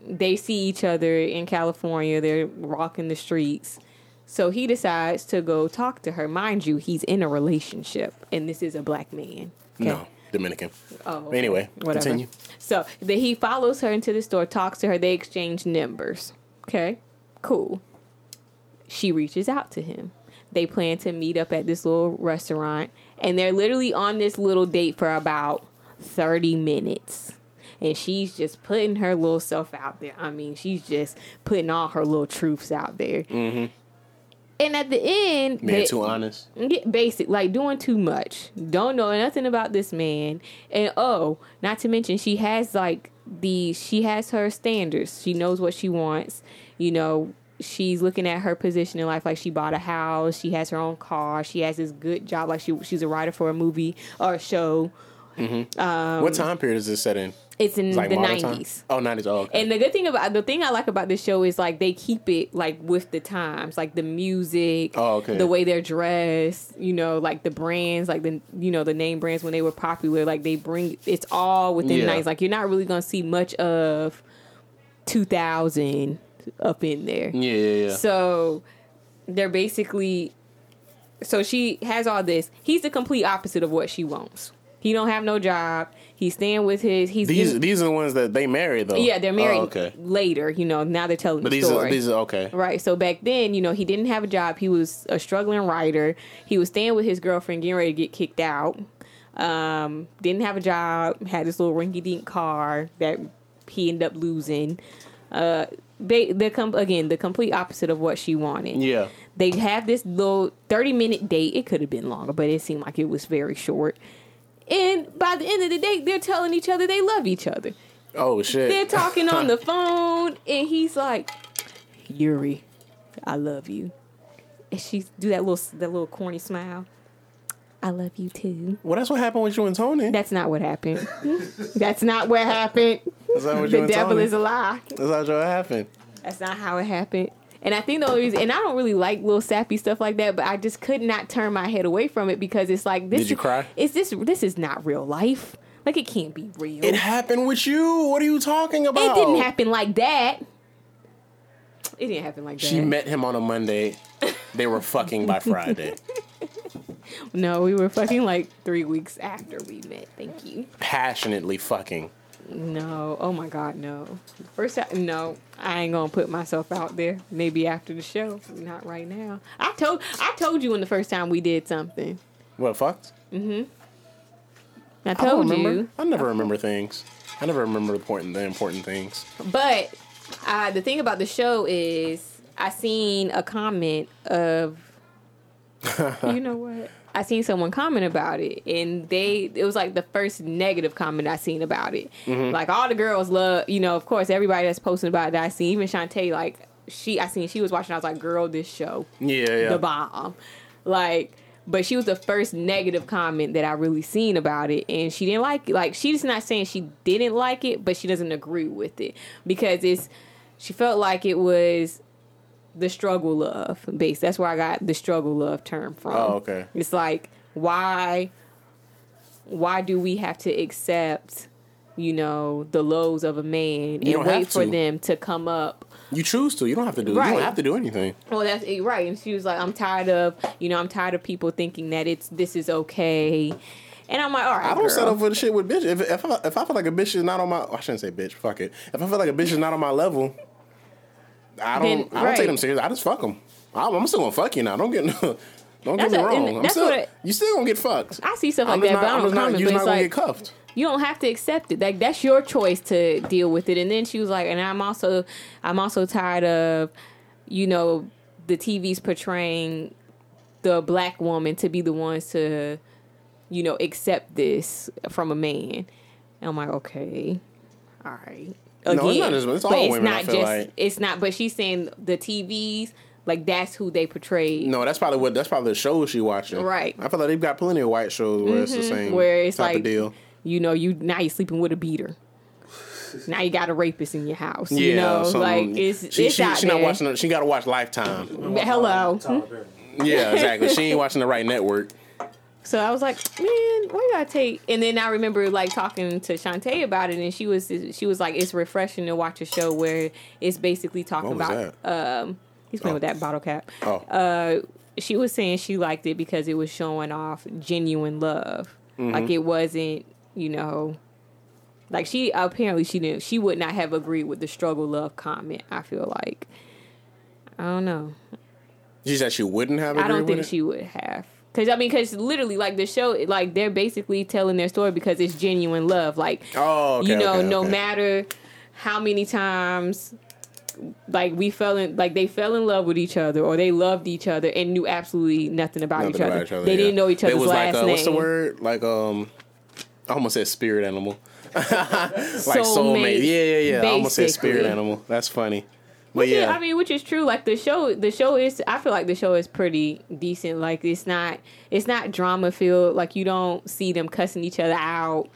they see each other in California. They're walking the streets. So he decides to go talk to her. Mind you, he's in a relationship, and this is a black man. okay? No, Dominican. Oh, Anyway, whatever. continue. So that he follows her into the store, talks to her, they exchange numbers. Okay, cool. She reaches out to him. They plan to meet up at this little restaurant, and they're literally on this little date for about 30 minutes. And she's just putting her little self out there. I mean, she's just putting all her little truths out there. Mm-hmm. And at the end, Being they- too honest. get basic, like doing too much. Don't know nothing about this man. And oh, not to mention she has like the she has her standards. She knows what she wants. You know, she's looking at her position in life like she bought a house, she has her own car, she has this good job like she she's a writer for a movie or a show. what time period is this set in? It's in It's like um, the modern time? 90s. Oh, 90s. Oh, okay. And the good thing about the thing I like about this show is like they keep it like with the times, like the music, Oh, okay. the way they're dressed, you know, like the brands, like the you know the name brands when they were popular, like they bring it's all within the Yeah. nights. Like you're not really gonna see much of 2000 up in there. yeah, yeah, yeah. So they're basically so she has all this. He's the complete opposite of what she wants. He don't have no job. He's staying with his. He's these in- these are the ones that they married though. yeah, they're married Oh, okay, later. You know, now they're telling but the these story. are these are okay. right. So back then, you know, he didn't have a job. He was a struggling writer. He was staying with his girlfriend, getting ready to get kicked out. Um, didn't have a job. Had this little rinky dink car that he ended up losing. Uh, they they come again the complete opposite of what she wanted. Yeah, They have this little 30 minute date. It could have been longer, but it seemed like it was very short. And by the end of the day, they're telling each other they love each other Oh shit. they're talking on the phone, and he's like, "Yuri, I love you." And she do that little that little corny smile. I love you too. well, that's what happened with you and Tony. That's not what happened. That's not what happened. That's not what you The and devil Tony. is a lie. That's not what happened. That's not how it happened. And I think the only reason, and I don't really like little sappy stuff like that, but I just could not turn my head away from it because it's like this. Did you is- cry? Is this this is not real life? Like it can't be real. It Oh. happened with you. What are you talking about? It didn't happen like that. It didn't happen like that. She met him on a Monday. They were fucking by Friday. No, we were fucking like three weeks after we met. Thank you. Passionately fucking. No, oh my God, no. First, I, no, I ain't gonna put myself out there. Maybe after the show, not right now. I told, I told you when the first time we did something. What fucked? I I don't told remember. you, I never remember things. I never remember important the important things. but uh, the thing about the show is, I seen a comment of, you know what? I seen someone comment about it, and they it was like the first negative comment I seen about it. Like all the girls love, you know, of course everybody that's posting about it that I seen, even Shantae, like she I seen she was watching. I was like, girl, this show, Yeah, yeah. the bomb, like. But she was the first negative comment that I really seen about it, and she didn't like it. Like she's not saying she didn't like it, but she doesn't agree with it because it's she felt like it was the struggle love base. That's where I got the struggle love term from. Oh, okay. It's like why why do we have to accept, you know, the lows of a man You don't and wait have for to. them to come up You choose to. You don't have to do. You Right. don't have to do anything. well, Oh, that's it, right. And she was like, I'm tired of, you know, I'm tired of people thinking that it's this is okay. And I'm like, all right, I don't girl. settle for the shit with bitch. If, if, I, if I feel like a bitch is not on my, I shouldn't say bitch. Fuck it. If I feel like a bitch is not on my level, I don't. Then- I don't right. take them serious. I just fuck them. I'm, I'm still gonna fuck you now. Don't get. Don't get That's me a- and wrong. I'm that's still, what it- you still gonna get fucked. I see stuff like I'm just that, not. but I I'm don't just not. comment. You're But not it's gonna like, get cuffed. you don't have to accept it. Like that's your choice to deal with it. And then she was like, and I'm also, I'm also tired of, you know, the TV's portraying the black woman to be the ones to, you know, accept this from a man. And I'm like, okay, all right. No, it's not just- it's all women, I feel like. it's not. But she's saying the TVs, Like that's who they portrayed. No, that's probably what that's probably the shows you watching. Right. Mm-hmm. I feel like they've got plenty of white shows where it's the same Where it's type like of deal. you know, you now you're sleeping with a beater. Now you got a rapist in your house. you know, something- like it's she it's she, out she there. not watching. the- She got to watch Lifetime. Hello. Tyler Perry. yeah, exactly. She ain't watching the right network. So I was like, man, why do I take? And then I remember like talking to Shantae about it, and she was she was like, it's refreshing to watch a show where it's basically talking What was about. Um, he's playing Oh. with that bottle cap. Oh, Uh, she was saying she liked it because it was showing off genuine love. Like it wasn't, you know, like she apparently she didn't she would not have agreed with the struggle love comment. I feel like I don't know. she said she wouldn't have. I don't agreed think with it? she would have. Cause I mean, cause literally, like the show, like they're basically telling their story because it's genuine love. Like, Oh, okay, you know, okay, no okay. matter how many times, like we fell in, like they fell in love with each other or they loved each other and knew absolutely nothing about, Nothing each, other. about each other, They yeah. didn't know each They other's was last like, uh, name. What's the word? Like um, I almost said spirit animal. like Soulmate, soulmate. Yeah, yeah, yeah. I almost said spirit basically. animal. That's funny. But Which is- yeah, I mean, which is true. Like the show, the show is. I feel like the show is pretty decent. Like it's not, it's not drama filled. Like you don't see them cussing each other out.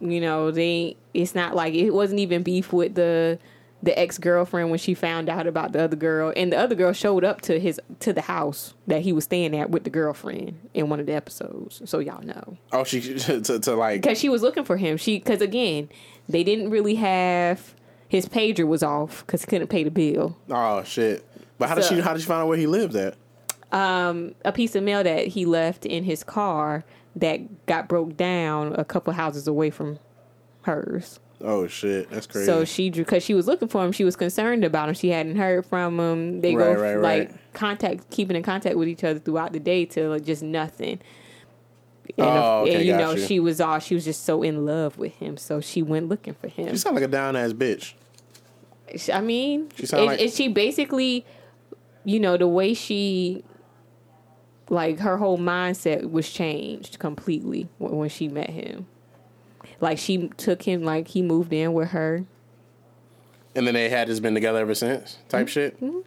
You know, they. It's not like it wasn't even beef with the the ex girlfriend when she found out about the other girl, and the other girl showed up to his to the house that he was staying at with the girlfriend in one of the episodes. So y'all know oh, she to, to like because she was looking for him. She because again, they didn't really have his pager was off because he couldn't pay the bill. oh shit. But how did So- she how did she find out where he lived at? a piece of mail that he left in his car that got broke down a couple houses away from hers. Oh shit, that's crazy. So she drew because she was looking for him. She was concerned about him. She hadn't heard from him. They Right, go right, like right. contact, keeping in contact with each other throughout the day till like, just nothing. And, uh, Oh, okay, and you got know you. she was all she was just so in love with him, so she went looking for him. you sound like a down ass bitch. She- I mean, She she sound like- and she basically, you know, the way she, like her whole mindset was changed completely when, when she met him. Like she took him, like he moved in with her. And then they had just been together ever since, type Mm-hmm.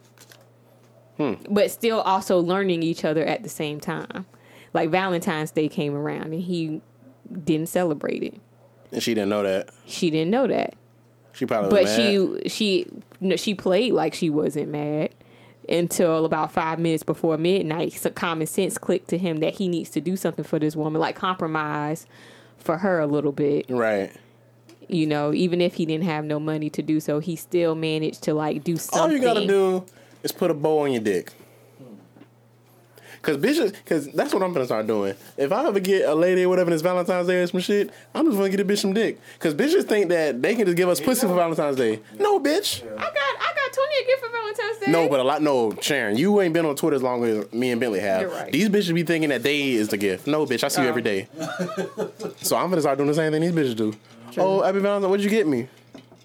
shit. but still also learning each other at the same time. Like Valentine's Day came around and he didn't celebrate it. And she didn't know that. She didn't know that, She probably but was mad. she she no, she played like she wasn't mad until about five minutes before midnight. So common sense clicked to him that he needs to do something for this woman, like compromise for her a little bit. Right. You know, even if he didn't have no money to do so, he still managed to like do something. All you gotta do is put a bow on your dick. Cause bitches, cause that's what I'm gonna start doing. If I ever get a lady or whatever and it's Valentine's Day or some shit, I'm just gonna get a bitch some dick. Cause bitches think that they can just give us pussy for Valentine's Day. No, bitch. I got I got Tony a gift for Valentine's Day. No, but a lot. No, Sharon, you ain't been on Twitter as long as me and Bentley have. You're right. These bitches be thinking that they is the gift. No, bitch, I see you Oh. every day. so I'm gonna start doing the same thing these bitches do. Oh, happy Valentine's. What'd you get me,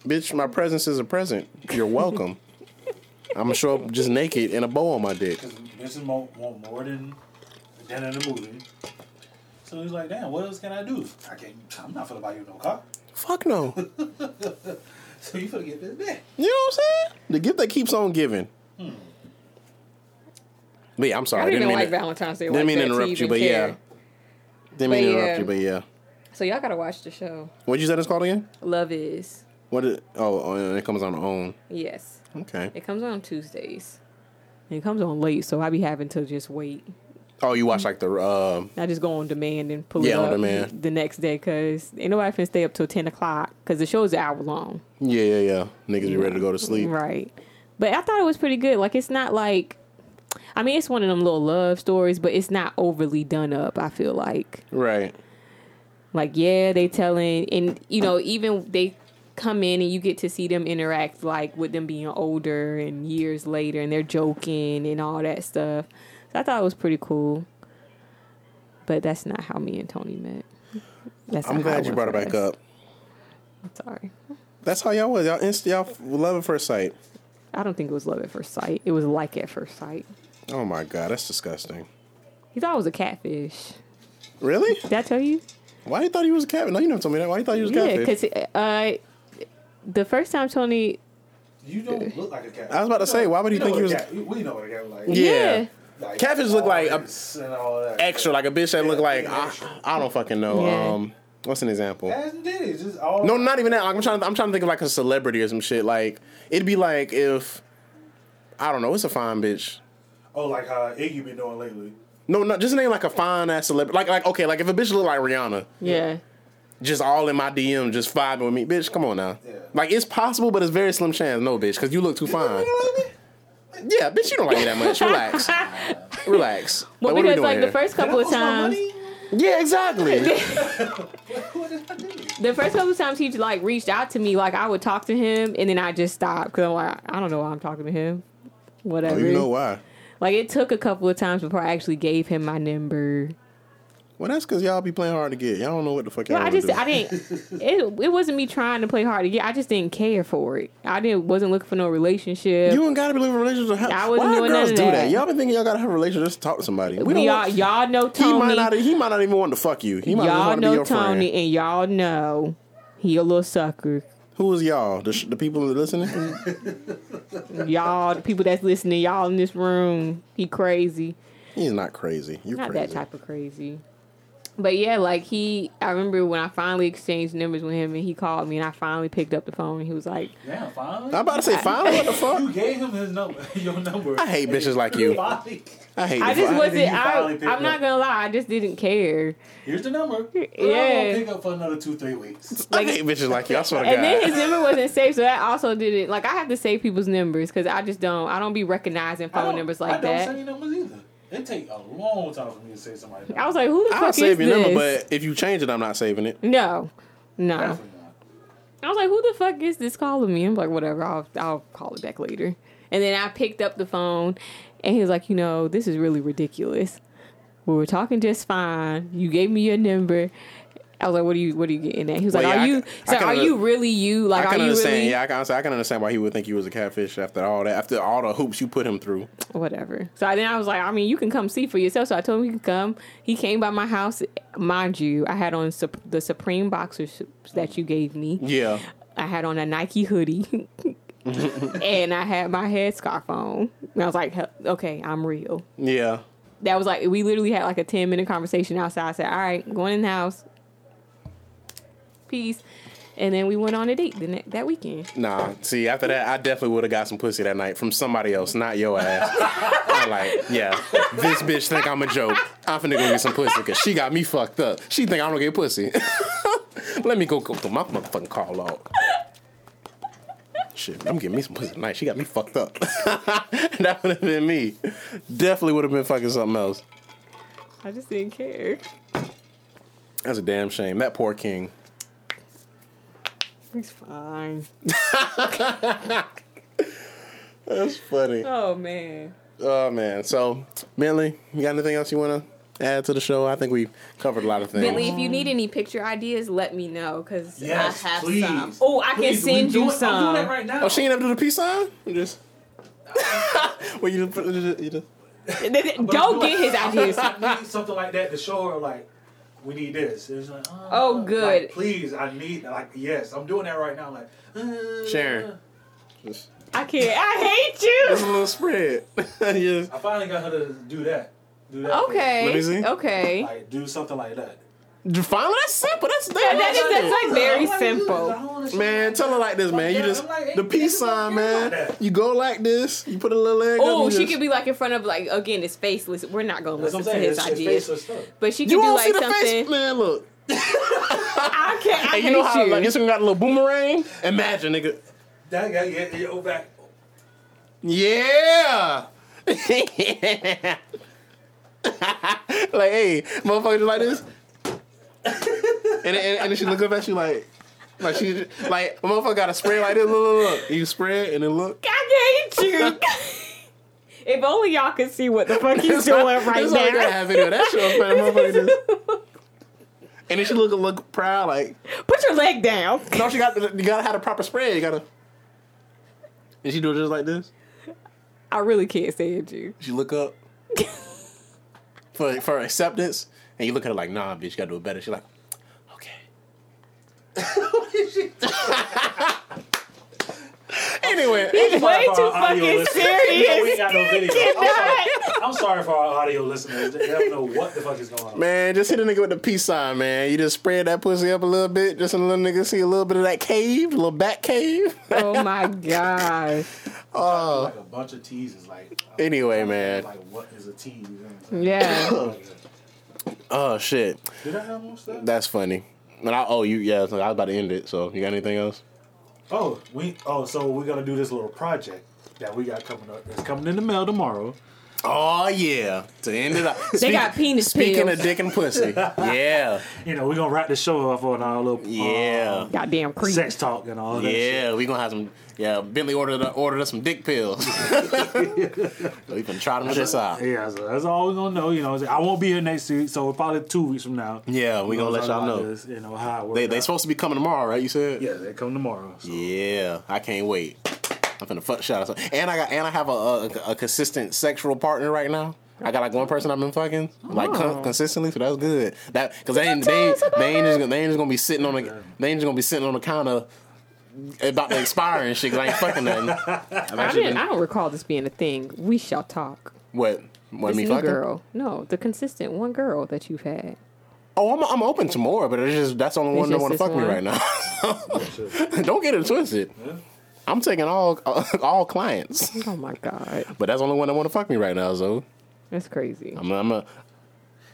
bitch? My presence is a present. You're welcome. I'm gonna show up just naked and a bow on my dick. Vincent want, want more than than in the movie. So he's like, damn, what else can I do? I can't. I'm not finna buy you no car. Fuck no. So you finna get this back. You know what I'm saying? The gift that keeps on giving. But yeah, I'm sorry. I don't even mean like to- Valentine's Day. Didn't like mean to that interrupt you, even but yeah. care. Didn't mean to But interrupt yeah. you, but yeah. So y'all gotta watch the show. What'd you say it's called again? Love is What? It, oh, oh, it comes on the own. yes. Okay. It comes on Tuesdays. It comes on late, so I be having to just wait. Oh, you watch like the uh, I just go on demand and pull Yeah, it on up demand. the next day because ain't nobody finna stay up till ten o'clock because the show's an hour long, yeah, yeah, yeah. Niggas be ready to go to sleep. right? But I thought it was pretty good. Like it's not like, I mean, it's one of them little love stories, but it's not overly done up. I feel like. Right. like yeah they telling and you know even they come in and you get to see them interact like with them being older and years later and they're joking and all that stuff so i thought it was pretty cool but that's not how me and tony met that's I'm not how glad you went brought it for back us. up. I'm sorry That's how y'all was. Y'all inst- y'all f- love at first sight. i don't think it was love at first sight it was like at first sight Oh my god, that's disgusting. he thought i was a catfish Really? did i tell you Why you thought he was uh, a cat? No, you never told me that. Why you thought he was a yeah catfish? because uh the first time tony You don't look like a cat. I was about to say, why would he You know think he what a was- cat- We know what a cat look like. Yeah. Like, Catfish look like a- eyes and all that. Extra, like a bitch that look Yeah, like yeah, I, extra. I don't fucking know. Yeah. Um, what's an example? Ass and titties, just all. No, not even that. Like, I'm trying. To, I'm trying to think of like a celebrity or some shit. Like it'd be like if I don't know. It's a fine bitch. Oh, like how Iggy been doing lately. No, no. Just name like a fine ass celebrity. Like like okay. Like if a bitch look like Rihanna, Yeah. just all in my DM, just vibing with me, bitch. Come on now. Yeah. Like it's possible, but it's very slim chance. No, bitch, because you look too fine. Yeah, bitch, you don't like me that much. Relax, relax. Well, Like, what are we because doing like here? the first couple of times, Yeah, exactly. the first couple of times he like reached out to me, like I would talk to him, and then I just stopped because I'm like, I don't know why I'm talking to him. Whatever. Oh, you know why? Like it took a couple of times before I actually gave him my number. Well, that's because y'all be playing hard to get. Y'all don't know what the fuck y'all. Well, I wanna just do. I didn't. It it wasn't me trying to play hard to get. I just didn't care for it. I didn't wasn't looking for no relationship. You ain't gotta be living relationships. How, I I wasn't why doing none girls of do that? that. Y'all been thinking y'all gotta have a relationship just to talk to somebody. We we don't y'all want- y'all know he might Tony. not. He might not even want to fuck you. He might just y'all want to be know your Tony, friend. and y'all know he a little sucker. Who is y'all? The, sh- the people that listening? Y'all, the people that's listening, y'all in this room, he crazy. He's not crazy. You're Not crazy. that type of crazy. But yeah, like he, I remember when I finally exchanged numbers with him, and he called me, and I finally picked up the phone, and he was like, Damn, finally. I'm about to say, finally, what the fuck? you gave him his number, your number. I hate bitches like you. Finally. I hate. I just I, wasn't. you I, finally picked I'm not up. gonna lie. I just didn't care. Here's the number. Yeah. Yeah. I'm gonna pick up for another two, three weeks. I hate bitches like you. I swear to And then God. his number wasn't saved, so that also didn't. Like I have to save people's numbers because I just don't. I don't be recognizing I phone don't- numbers I like don't that. say numbers either. It take a long time for me to say somebody. I was like, who the I'll fuck is save your this? number, but if you change it, I'm not saving it. no, no. Definitely not. I was like, who the fuck is this calling me? I'm like, whatever, I'll I'll call it back later. And then I picked up the phone and he was like, you know, this is really ridiculous. We were talking just fine. You gave me your number. I was like, what are you what are you getting at? He was Well, like, yeah, Are I you can- I so can are under- you really you? I Like can are you understand. really Yeah, I can. I can understand why he would think you was a catfish after all that. After all the hoops you put him through. whatever. So then I was like, I mean, you can come see for yourself. So I told him he could come. He came by my house. Mind you, I had on sup- the Supreme boxers that you gave me. Yeah. I had on a Nike hoodie. and I had my headscarf on. And I was like, "Hell, okay, I'm real. Yeah. That was like, we literally had like a 10 minute conversation outside. I said, all right, going in the house. Peace. And then we went on a date the ne- that weekend. Nah, see, after that, I definitely would have got some pussy that night from somebody else, not your ass. I'm like, yeah, this bitch think I'm a joke. I'm finna go get some pussy because she got me fucked up. She think I don't get pussy. Let me go go to my motherfucking car log. Shit, I'm getting me some pussy tonight. She got me fucked up. that would have been me. Definitely would have been fucking something else. I just didn't care. That's a damn shame. That poor king. It's fine. That's funny. Oh, man. Oh man. So, Bentley, you got anything else you want to add to the show? I think we covered a lot of things. Bentley, if you need any picture ideas, let me know because Yes, I have please. some. Oh, I Please, can we send do you it- I'm doing it some. right now. Oh, she ain't up to the peace sign. You just. well, you just, put- you just, you just. Don't get his ideas. I need something like that to show her, like, we need this. It's like, oh, Oh, like, good. please, I need, like, yes, I'm doing that right now. Like, uh, Sharon. Just, I can't. I hate you. just a little spread. Yes. I finally got her to do that. Do that. for Okay. Let me see. me. Okay. Like, do something like that. Finally, that's simple. That's That- that, that is, that's like very I'm like, I simple. don't wanna show Man, tell her like this, man. You Yeah, just I'm like, the hey, peace nigga, sign, fuck you man. like that. You go like this. You put a little leg. Oh, she could be like in front of like again, it's faceless. We're not gonna That's what listen I'm to saying. his It's, it's ideas, faceless stuff. but she could You do won't see like the face, something. man. Look. I can't. I Hey, hate you know how you. like Instagram got a little boomerang? Imagine, nigga. That guy, yeah, yeah, oh, back. Yeah. like, hey, motherfucker, just like this. and, and, and then she look up at you like, like she, like motherfucker got a spray like this. Look, look, look. You spread and then look. I hate you. if only y'all could see what the fuck he's doing right That's all we gotta now. have video. That shit was funny, motherfucker. Just. And then she look look proud like, Put your leg down. no, she got you gotta have the proper spray. You gotta. And she do it just like this. I really can't stand you. She look up for for acceptance, and you look at her like, nah, bitch, you gotta do it better. She like, okay. What is she? And Anyway, He's way for too our audio fucking listeners. serious. You know, we ain't got no You video. cannot. I'm sorry for our audio listeners. They don't know what the fuck is going on. man, just hit a nigga with the peace sign, man. You just spread that pussy up a little bit, just a little nigga see a little bit of that cave, a little back cave. Oh my gosh. like a bunch of teases. Like Anyway, man. Like what is a tease? You know what I'm saying? Yeah. Oh shit, Did I have more stuff? that's funny. But I, oh, you yeah, so I was about to end it. So you got anything else? Oh, we. Oh, so we're gonna do this little project that we got coming up. It's coming in the mail tomorrow. Oh yeah, to end it up. They got penis Speaking pills. of dick and pussy, yeah, Oh, You know, we're gonna wrap the show off on our little yeah, Goddamn um, creep. sex talk and all that. shit. yeah. We gonna have some. Yeah, Bentley ordered ordered us some dick pills. we can try them this out. Yeah, so that's all we're gonna know. You know, I won't be here next week, so probably two weeks from now. Yeah, we we're gonna let talk y'all about know. this, you know how it They worked they out. supposed to be coming tomorrow, right? You said. Yeah, they come tomorrow. So. Yeah, I can't wait. I'm finna fuck shot. or something. And I got and I have a, a a consistent sexual partner right now. I got like one person I've been fucking like con- consistently, so that's good. That because they ain't they, ain't- they ain't just gonna- they ain't just gonna be sitting on the they ain't just gonna be sitting on the counter about to expire and shit. 'cause I ain't fucking nothing. I've I, actually didn't, been- I don't recall this being a thing. We shall talk. what what This me new fucking? girl. No, the consistent one girl that you've had. Oh, I'm I'm open to more, but it's just that's the only It's one that just want to this fuck me one? right now. Don't get it twisted. I'm taking all all clients, Oh my god, but that's the only one that want to fuck me right now. So. that's crazy. I'm I'm a, I'm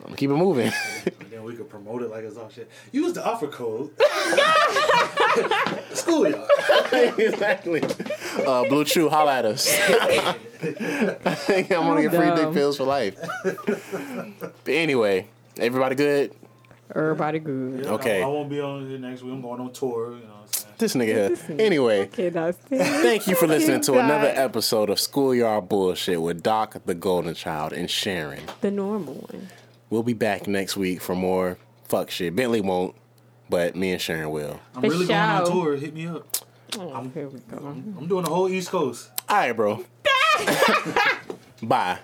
gonna keep it moving. And then we could promote it like it's all shit. Use the offer code. School y'all. exactly. Uh, Blue Chew, holla at us. I'm gonna get free dick Dumb. pills for life. but anyway, everybody good. Everybody good. Okay. I, I won't be on here next week. I'm going on tour. You know what I'm saying? This nigga here. Anyway, Cannot stand thank you for listening to another God. episode of Schoolyard Bullshit with Doc, the Golden Child, and Sharon. the normal one. We'll be back next week for more fuck shit. Bentley won't, but me and Sharon will. I'm For really going on sure. tour. Hit me up. Oh, here we go. I'm doing the whole East Coast. All right, bro. Bye.